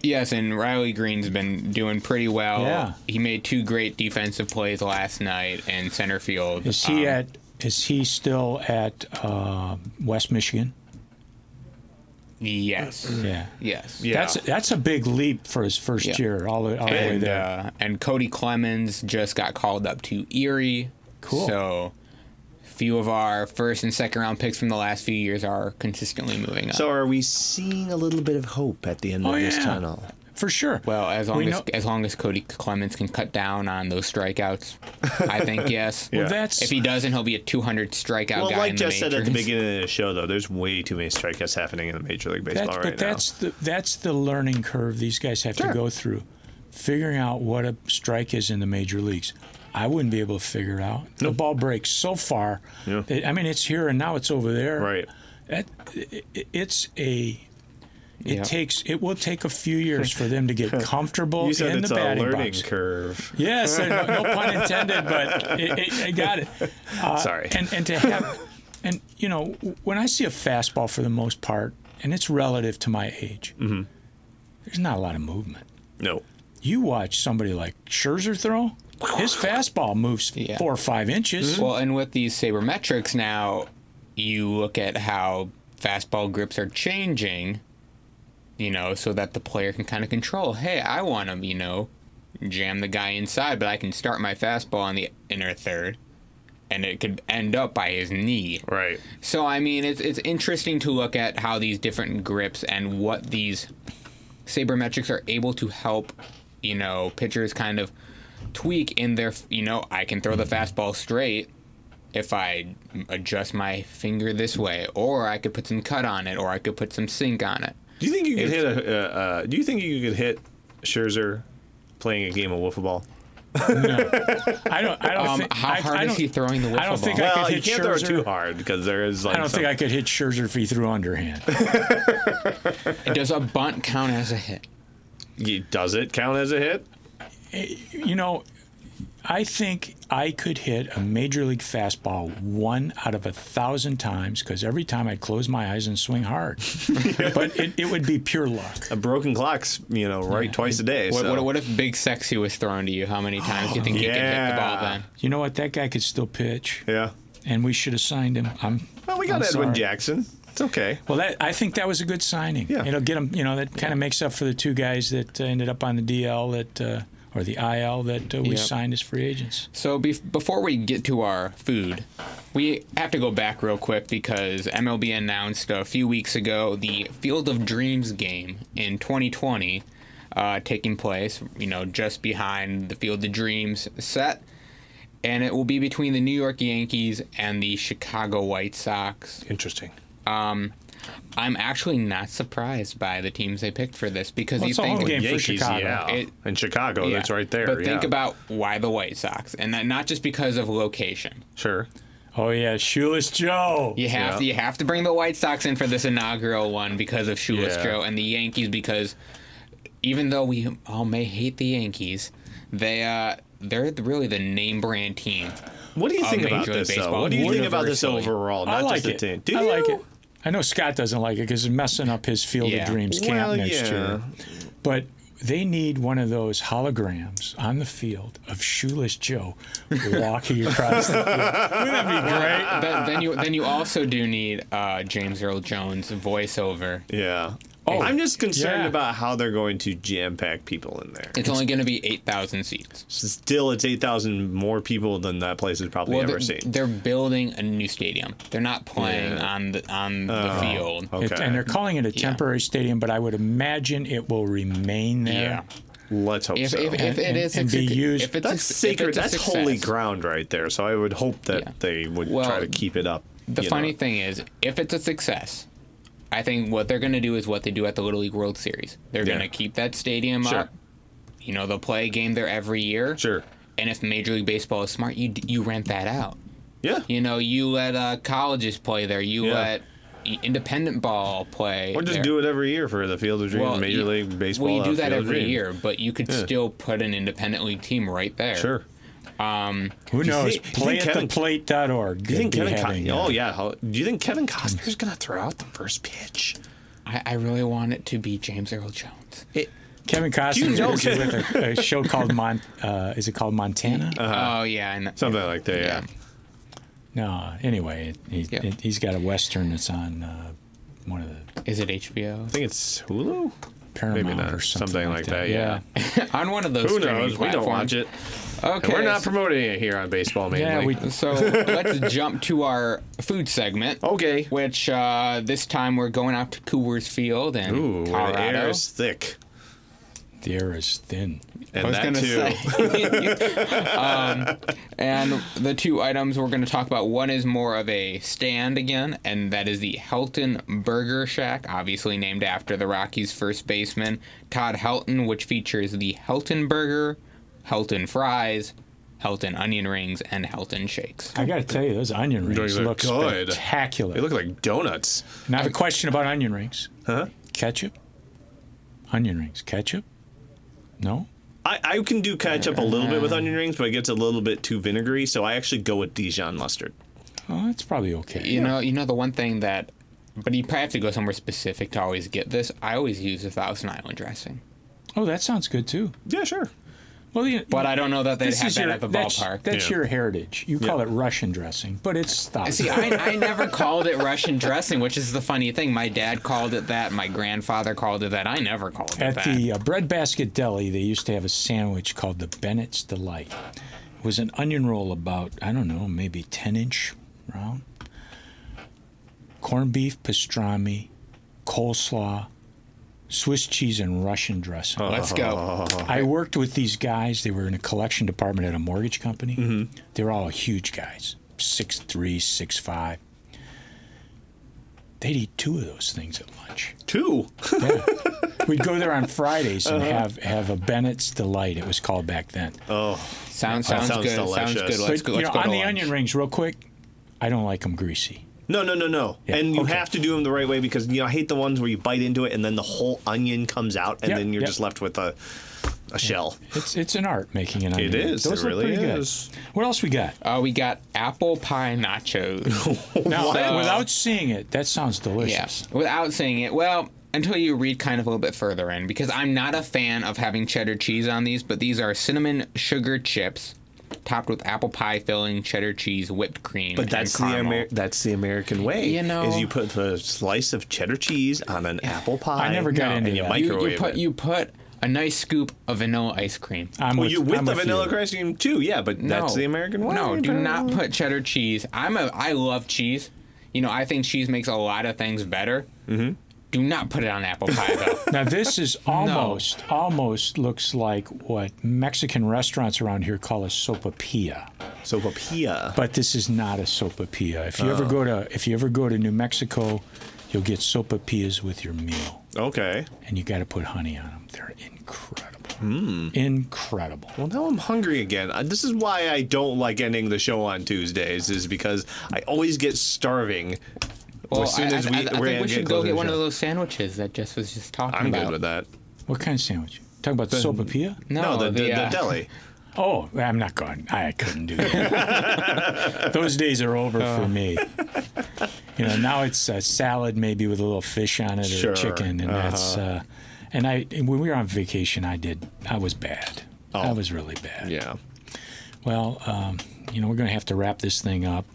Speaker 4: Yes, and Riley Green's been doing pretty well.
Speaker 6: Yeah.
Speaker 4: He made two great defensive plays last night in center field.
Speaker 6: is he
Speaker 4: Um,
Speaker 6: at? Is he still at uh, West Michigan?
Speaker 4: Yes.
Speaker 6: Mm-hmm. Yeah.
Speaker 4: Yes.
Speaker 7: Yeah.
Speaker 6: That's that's a big leap for his first
Speaker 4: Yeah.
Speaker 6: year, all the, all the way
Speaker 4: and
Speaker 6: there.
Speaker 4: uh, and Cody Clemens just got called up to Erie.
Speaker 6: Cool.
Speaker 4: So, few of our first and second round picks from the last few years are consistently moving up.
Speaker 7: So are we seeing a little bit of hope at the end
Speaker 6: Oh,
Speaker 7: of this
Speaker 6: yeah.
Speaker 7: tunnel?
Speaker 6: for sure.
Speaker 4: well, as long
Speaker 6: We
Speaker 4: as
Speaker 6: know-
Speaker 4: as long as Cody Clemens can cut down on those strikeouts, I think yes.
Speaker 6: Well, that's
Speaker 4: If he doesn't, he'll be a 200 strikeout
Speaker 7: Well,
Speaker 4: guy.
Speaker 7: like
Speaker 4: in
Speaker 7: Jess
Speaker 4: the
Speaker 7: said at the
Speaker 4: majors.
Speaker 7: beginning of the show, though, there's way too many strikeouts happening in the Major League Baseball
Speaker 6: That's,
Speaker 7: right
Speaker 6: but that's
Speaker 7: now.
Speaker 6: the that's the learning curve these guys have to go through, figuring out what a strike is in the major leagues. I wouldn't be able to figure it out. The ball breaks so far.
Speaker 7: Yeah.
Speaker 6: that- I mean, it's here and now. It's over there.
Speaker 7: Right.
Speaker 6: That, i- i- it's a. It
Speaker 4: Yeah.
Speaker 6: takes. It will take a few years for them to get comfortable
Speaker 7: You said
Speaker 6: in
Speaker 7: it's
Speaker 6: the
Speaker 7: a
Speaker 6: batting
Speaker 7: learning
Speaker 6: box.
Speaker 7: curve.
Speaker 6: Yes, no, no pun intended, but it, it, I got it. Uh,
Speaker 7: Sorry.
Speaker 6: And and to have, and you know, when I see a fastball for the most part, and it's relative to my age,
Speaker 4: Mm-hmm.
Speaker 6: there's not a lot of movement.
Speaker 7: No.
Speaker 6: You watch somebody like Scherzer throw, his fastball moves
Speaker 4: Yeah.
Speaker 6: four or five inches.
Speaker 4: Well, and with these sabermetrics now, you look at how fastball grips are changing, you know, so that the player can kind of control. Hey, I want to, you know, jam the guy inside, but I can start my fastball on the inner third, and it could end up by his knee.
Speaker 7: Right.
Speaker 4: So I mean, it's it's interesting to look at how these different grips and what these sabermetrics are able to help, you know, pitchers kind of tweak in their, you know, I can throw the fastball straight if I adjust my finger this way, or I could put some cut on it, or I could put some sink on it.
Speaker 7: Do you think you could hit a? Uh, uh, do you think you could hit Scherzer playing a game of wiffle ball?
Speaker 6: I don't. I don't.
Speaker 4: Um,
Speaker 6: think,
Speaker 4: how
Speaker 6: I,
Speaker 4: hard
Speaker 6: I
Speaker 4: is
Speaker 6: don't-
Speaker 4: he throwing the wiffle
Speaker 6: I don't think
Speaker 4: ball?
Speaker 6: I
Speaker 7: Well,
Speaker 6: could
Speaker 7: you
Speaker 6: hit
Speaker 7: can't
Speaker 6: Scherzer.
Speaker 7: throw it too hard because there is like.
Speaker 6: I don't
Speaker 7: some,
Speaker 6: think I could hit Scherzer if he threw underhand.
Speaker 4: Does a bunt count as a hit?
Speaker 7: You- Does it count as a hit?
Speaker 6: you know, I think I could hit a major league fastball one out of a thousand times because every time I'd close my eyes and swing hard. but it, it would be pure luck.
Speaker 7: A broken clock's you know right twice a day.
Speaker 4: What,
Speaker 7: so.
Speaker 4: what, what if Big Sexy was thrown to you? How many times do you think you can hit the ball
Speaker 7: Yeah.
Speaker 4: then?
Speaker 6: You know what? That guy could still pitch,
Speaker 7: yeah.
Speaker 6: and we should have signed him. I'm.
Speaker 7: Well, we got
Speaker 6: I'm
Speaker 7: Edwin
Speaker 6: sorry.
Speaker 7: Jackson. It's okay.
Speaker 6: Well, that, I think that was a good signing.
Speaker 7: Yeah.
Speaker 6: It'll get him. You know, that kind of makes up for the two guys that uh, ended up on the DL that uh, or the IL that uh, we
Speaker 4: Yep.
Speaker 6: signed as free agents.
Speaker 4: So bef before we get to our food, we have to go back real quick because MLB announced a few weeks ago the Field of Dreams game in 2020 uh, taking place, you know, just behind the Field of Dreams set. And it will be between the New York Yankees and the Chicago White Sox.
Speaker 7: Interesting.
Speaker 4: I'm actually not surprised by the teams they picked for this because
Speaker 6: Well,
Speaker 4: you
Speaker 6: it's a home
Speaker 4: think
Speaker 6: game. for
Speaker 7: Yankees,
Speaker 6: Chicago.
Speaker 7: yeah.
Speaker 4: It-
Speaker 7: in Chicago,
Speaker 4: Yeah.
Speaker 7: that's Oh, right there.
Speaker 4: But think
Speaker 7: yeah.
Speaker 4: about why the White Sox, and that not just because of location.
Speaker 7: sure.
Speaker 6: Oh yeah, Shoeless Joe.
Speaker 4: You have
Speaker 7: Yeah.
Speaker 4: to you have to bring the White Sox in for this inaugural one because of Shoeless
Speaker 7: Yeah.
Speaker 4: Joe and the Yankees because even though we all may hate the Yankees, they uh they're really the name brand team.
Speaker 7: What do you
Speaker 4: Uh,
Speaker 7: think
Speaker 4: Major
Speaker 7: about
Speaker 4: League
Speaker 7: this though?
Speaker 4: Baseball
Speaker 7: What do you think about this
Speaker 4: universally.
Speaker 7: overall?
Speaker 6: I
Speaker 7: Not
Speaker 6: like
Speaker 7: just the
Speaker 6: it.
Speaker 7: team. Do
Speaker 6: I
Speaker 7: you?
Speaker 6: like it. I know Scott doesn't like it because it's messing up his Field
Speaker 4: Yeah.
Speaker 6: of Dreams camp
Speaker 7: Well,
Speaker 6: next
Speaker 7: yeah.
Speaker 6: year. But they need one of those holograms on the field of Shoeless Joe walking across the field. Wouldn't that be great?
Speaker 4: But then you then you also do need uh, James Earl Jones voiceover.
Speaker 7: Yeah. Oh, I'm just concerned
Speaker 6: yeah.
Speaker 7: about how they're going to jam pack people in there.
Speaker 4: It's only going to be eight thousand seats.
Speaker 7: Still, it's 8,000 more people than that place has probably
Speaker 4: Well,
Speaker 7: ever
Speaker 4: they're,
Speaker 7: seen.
Speaker 4: they're building a new stadium. They're not playing on the on the
Speaker 7: Oh.
Speaker 4: field.
Speaker 6: It-
Speaker 7: Okay.
Speaker 6: and they're calling it a temporary stadium, but I would imagine it will remain there.
Speaker 4: Yeah.
Speaker 7: Let's hope
Speaker 4: If,
Speaker 7: so.
Speaker 4: if, if it
Speaker 6: And-
Speaker 4: is
Speaker 6: and
Speaker 4: a suc-
Speaker 6: be used-
Speaker 4: if it's
Speaker 7: that's
Speaker 4: a, if
Speaker 7: sacred.
Speaker 4: it's a
Speaker 7: That's holy
Speaker 4: success-
Speaker 7: ground right there. So I would hope that
Speaker 4: Yeah.
Speaker 7: they would
Speaker 4: Well,
Speaker 7: try to keep it up.
Speaker 4: The
Speaker 7: you
Speaker 4: funny
Speaker 7: know.
Speaker 4: thing is, if it's a success, I think what they're going to do is what they do at the Little League World Series. They're
Speaker 7: Yeah.
Speaker 4: going to keep that stadium
Speaker 7: Sure.
Speaker 4: up. You know, they'll play a game there every year.
Speaker 7: Sure.
Speaker 4: And if Major League Baseball is smart, you d- you rent that out.
Speaker 7: Yeah.
Speaker 4: You know, you let uh, colleges play there. You
Speaker 7: Yeah.
Speaker 4: let i- independent ball play.
Speaker 7: Or just
Speaker 4: there.
Speaker 7: do it every year for the Field of Dreams, Major
Speaker 4: you-
Speaker 7: League Baseball.
Speaker 4: Well, you
Speaker 7: uh,
Speaker 4: do that
Speaker 7: Field of
Speaker 4: every
Speaker 7: Dreams.
Speaker 4: year, but you could still put an independent league team right there.
Speaker 7: Sure.
Speaker 6: Who
Speaker 7: you
Speaker 6: knows?
Speaker 7: think- you
Speaker 6: Play
Speaker 7: think
Speaker 6: at
Speaker 7: Kevin-
Speaker 6: theplate.org.
Speaker 7: Do you think
Speaker 6: They'd be
Speaker 7: Kevin?
Speaker 6: having,
Speaker 7: Co-
Speaker 6: uh,
Speaker 7: oh yeah. How- Do you think Kevin Costner's gonna throw out the first pitch?
Speaker 4: I, I really want it to be James Earl Jones.
Speaker 6: Kevin Costner
Speaker 7: know
Speaker 6: is
Speaker 7: Kevin- Uh,
Speaker 6: with a, a show called Mon. Uh, is it called Montana?
Speaker 4: oh yeah, and
Speaker 7: Something like that. Yeah.
Speaker 6: No, anyway, it, he,
Speaker 4: Yeah.
Speaker 6: it, he's got a western that's on uh, one of the
Speaker 4: is it HBO?
Speaker 7: I think it's Hulu.
Speaker 6: Paramount
Speaker 7: not.
Speaker 6: or something,
Speaker 7: Something like that, yeah.
Speaker 4: on one of those.
Speaker 7: Who
Speaker 4: streaming
Speaker 7: knows? We don't watch
Speaker 4: platforms.
Speaker 7: it.
Speaker 4: Okay.
Speaker 7: And we're not
Speaker 4: so-
Speaker 7: promoting it here on Baseball Mainly.
Speaker 6: Yeah, we,
Speaker 4: so let's jump to our food segment.
Speaker 7: Okay.
Speaker 4: Which uh, this time we're going out to Coors Field and
Speaker 7: Ooh, where the air
Speaker 4: Colorado.
Speaker 7: is thick.
Speaker 6: the air is thin.
Speaker 7: And
Speaker 4: I was
Speaker 7: that
Speaker 4: gonna
Speaker 7: too.
Speaker 4: say. um, and the two items we're going to talk about one is more of a stand again, and that is the Helton Burger Shack, obviously named after the Rockies' first baseman Todd Helton, which features the Helton Burger, Helton Fries, Helton Onion Rings, and Helton Shakes.
Speaker 6: I got to tell you, those onion rings look
Speaker 7: look good.
Speaker 6: spectacular.
Speaker 7: They look like donuts.
Speaker 6: now, I have a question about onion rings. Huh? Ketchup? Onion rings. Ketchup? No?
Speaker 7: I, I can do ketchup a little bit with onion rings, but it gets a little bit too vinegary, so I actually go with Dijon mustard.
Speaker 6: Oh, that's probably okay.
Speaker 4: You know, you know the one thing that, but you probably have to go somewhere specific to always get this. I always use a Thousand Island dressing.
Speaker 6: Oh, that sounds good too.
Speaker 7: Yeah, sure.
Speaker 6: Well, you,
Speaker 4: But I don't know that they'd
Speaker 6: this
Speaker 4: have
Speaker 6: is
Speaker 4: that
Speaker 6: your
Speaker 4: at the
Speaker 6: that's,
Speaker 4: ballpark.
Speaker 6: that's
Speaker 7: Yeah.
Speaker 6: your heritage. You call it Russian dressing, but it's stopped.
Speaker 4: See, I, I never called it Russian dressing, which is the funny thing. My dad called it that. My grandfather called it that. I never called it
Speaker 6: At
Speaker 4: that.
Speaker 6: the uh, Breadbasket Deli, they used to have a sandwich called the Bennett's Delight. It was an onion roll about, I don't know, maybe 10 inch round. Corned beef, pastrami, coleslaw, Swiss cheese, and Russian dressing.
Speaker 4: Let's
Speaker 7: Oh,
Speaker 4: go.
Speaker 6: I worked with these guys. They were in a collection department at a mortgage company. They were all huge guys, six three, six five. They'd eat two of those things at lunch.
Speaker 7: Two.
Speaker 6: Yeah. We'd go there on Fridays and
Speaker 7: Uh-huh.
Speaker 6: have, have a Bennett's Delight, it was called back then.
Speaker 7: Oh,
Speaker 4: Sounds sounds,
Speaker 7: sounds
Speaker 4: good.
Speaker 7: delicious.
Speaker 4: Sounds good.
Speaker 6: but,
Speaker 4: Let's go.
Speaker 6: you
Speaker 4: Let's
Speaker 6: know,
Speaker 4: go
Speaker 6: on
Speaker 4: to
Speaker 6: the
Speaker 4: lunch.
Speaker 6: onion rings, real quick, I don't like them greasy.
Speaker 7: No, no, no, no.
Speaker 6: Yeah,
Speaker 7: And you
Speaker 6: okay.
Speaker 7: have to do them the right way because you know I hate the ones where you bite into it and then the whole onion comes out and
Speaker 6: Yep,
Speaker 7: then you're
Speaker 6: yep.
Speaker 7: just left with a a shell.
Speaker 6: It's it's an art making an onion.
Speaker 7: It
Speaker 6: ring.
Speaker 7: is,
Speaker 6: Those
Speaker 7: it
Speaker 6: look
Speaker 7: really
Speaker 6: pretty good.
Speaker 7: is.
Speaker 6: What else we got?
Speaker 4: Uh, we got apple pie
Speaker 7: Oh,
Speaker 4: nachos.
Speaker 6: Now,
Speaker 4: What?
Speaker 6: without seeing it, that sounds
Speaker 4: yeah.
Speaker 6: delicious.
Speaker 4: Without saying it, well, until you read kind of a little bit further in, because I'm not a fan of having cheddar cheese on these, but these are cinnamon sugar chips topped with apple pie filling, cheddar cheese, whipped cream.
Speaker 7: But that's the
Speaker 4: and caramel.
Speaker 7: Amer- that's the American way.
Speaker 4: You know-
Speaker 7: is you put the slice of cheddar cheese on an apple pie.
Speaker 6: I never got
Speaker 7: and
Speaker 6: into
Speaker 7: you
Speaker 6: that.
Speaker 4: you, you
Speaker 7: microwave
Speaker 4: put
Speaker 7: it.
Speaker 4: you put a nice scoop of vanilla ice cream.
Speaker 6: I'm
Speaker 7: well, Oh, you with
Speaker 6: I'm
Speaker 7: the vanilla
Speaker 6: you.
Speaker 7: cream too, yeah, but that's the American way.
Speaker 4: No, do
Speaker 7: bro.
Speaker 4: not put cheddar cheese. I'm a I love cheese. You know, I think cheese makes a lot of things better. Mm-hmm. Do not put it on apple pie though.
Speaker 6: Now this is almost almost looks like what Mexican restaurants around here call a sopapilla,
Speaker 7: So papilla.
Speaker 6: but this is not a sopapilla. If you
Speaker 7: Oh.
Speaker 6: ever go to if you ever go to New Mexico, you'll get sopapillas with your meal,
Speaker 7: Okay.
Speaker 6: and you got to put honey on them. They're incredible,
Speaker 7: Hmm.
Speaker 6: incredible.
Speaker 7: Well, now I'm hungry again. Uh, This is why I don't like ending the show on Tuesdays, is because I always get starving.
Speaker 4: Well,
Speaker 7: as soon
Speaker 4: I,
Speaker 7: as
Speaker 4: I-
Speaker 7: we,
Speaker 4: I, I
Speaker 7: we're
Speaker 4: think
Speaker 7: gonna
Speaker 4: we
Speaker 7: get
Speaker 4: should go
Speaker 7: closer to
Speaker 4: get one
Speaker 7: the
Speaker 4: of
Speaker 7: show.
Speaker 4: those sandwiches that Jess was just talking
Speaker 7: I'm
Speaker 4: about.
Speaker 7: good with that.
Speaker 6: What kind of sandwich? Talking about sopapilla?
Speaker 7: No,
Speaker 4: No,
Speaker 7: the, the, the
Speaker 4: uh,
Speaker 7: deli.
Speaker 6: Oh, I'm not going. I couldn't do that. Those days are over
Speaker 7: Oh.
Speaker 6: for me. You know, now it's a salad maybe with a little fish on it or
Speaker 7: Sure, Uh-huh.
Speaker 6: chicken, and that's. Uh, and I and when we were on vacation, I did. I was bad. I was really bad.
Speaker 7: Oh. Yeah.
Speaker 6: Well, um, you know, we're going to have to wrap this thing up.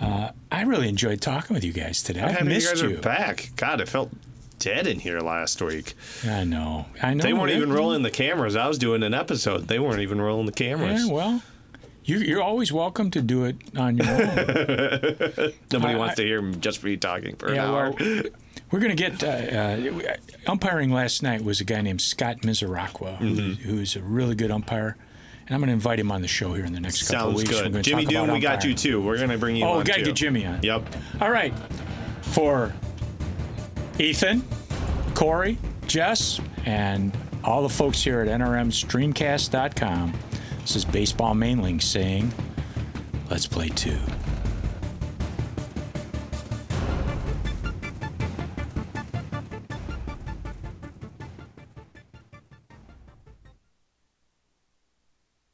Speaker 6: Uh, I really enjoyed talking with you guys today. I've
Speaker 7: Happy
Speaker 6: missed
Speaker 7: you guys are back. God, it felt dead in here last week.
Speaker 6: I know. I know.
Speaker 7: They
Speaker 4: Oh,
Speaker 7: weren't even
Speaker 6: rolling.
Speaker 7: rolling the cameras. I was doing an episode. They weren't even rolling the cameras.
Speaker 6: Yeah, well, you, you're always welcome to do it on your own.
Speaker 7: Nobody
Speaker 6: I-
Speaker 7: wants to hear me just me talking for
Speaker 6: Yeah,
Speaker 7: an hour.
Speaker 6: well, we're going to get uh, uh, umpiring last night was a guy named Scott Miseracqua,
Speaker 7: Mm-hmm.
Speaker 6: who, who's a really good umpire, and I'm going to invite him on the show here in the next couple of
Speaker 7: Sounds
Speaker 6: weeks. We're
Speaker 7: good.
Speaker 6: gonna
Speaker 7: Jimmy
Speaker 6: talk
Speaker 7: Doom,
Speaker 6: about
Speaker 7: we got you
Speaker 6: umpiring.
Speaker 7: too. We're gonna bring you.
Speaker 6: Oh,
Speaker 7: on
Speaker 6: we got to
Speaker 7: too.
Speaker 6: get Jimmy on.
Speaker 7: Yep.
Speaker 6: All right, for Ethan, Corey, Jess, and all the folks here at NRMStreamcast.com. This is Baseball Mainling saying, "Let's play two.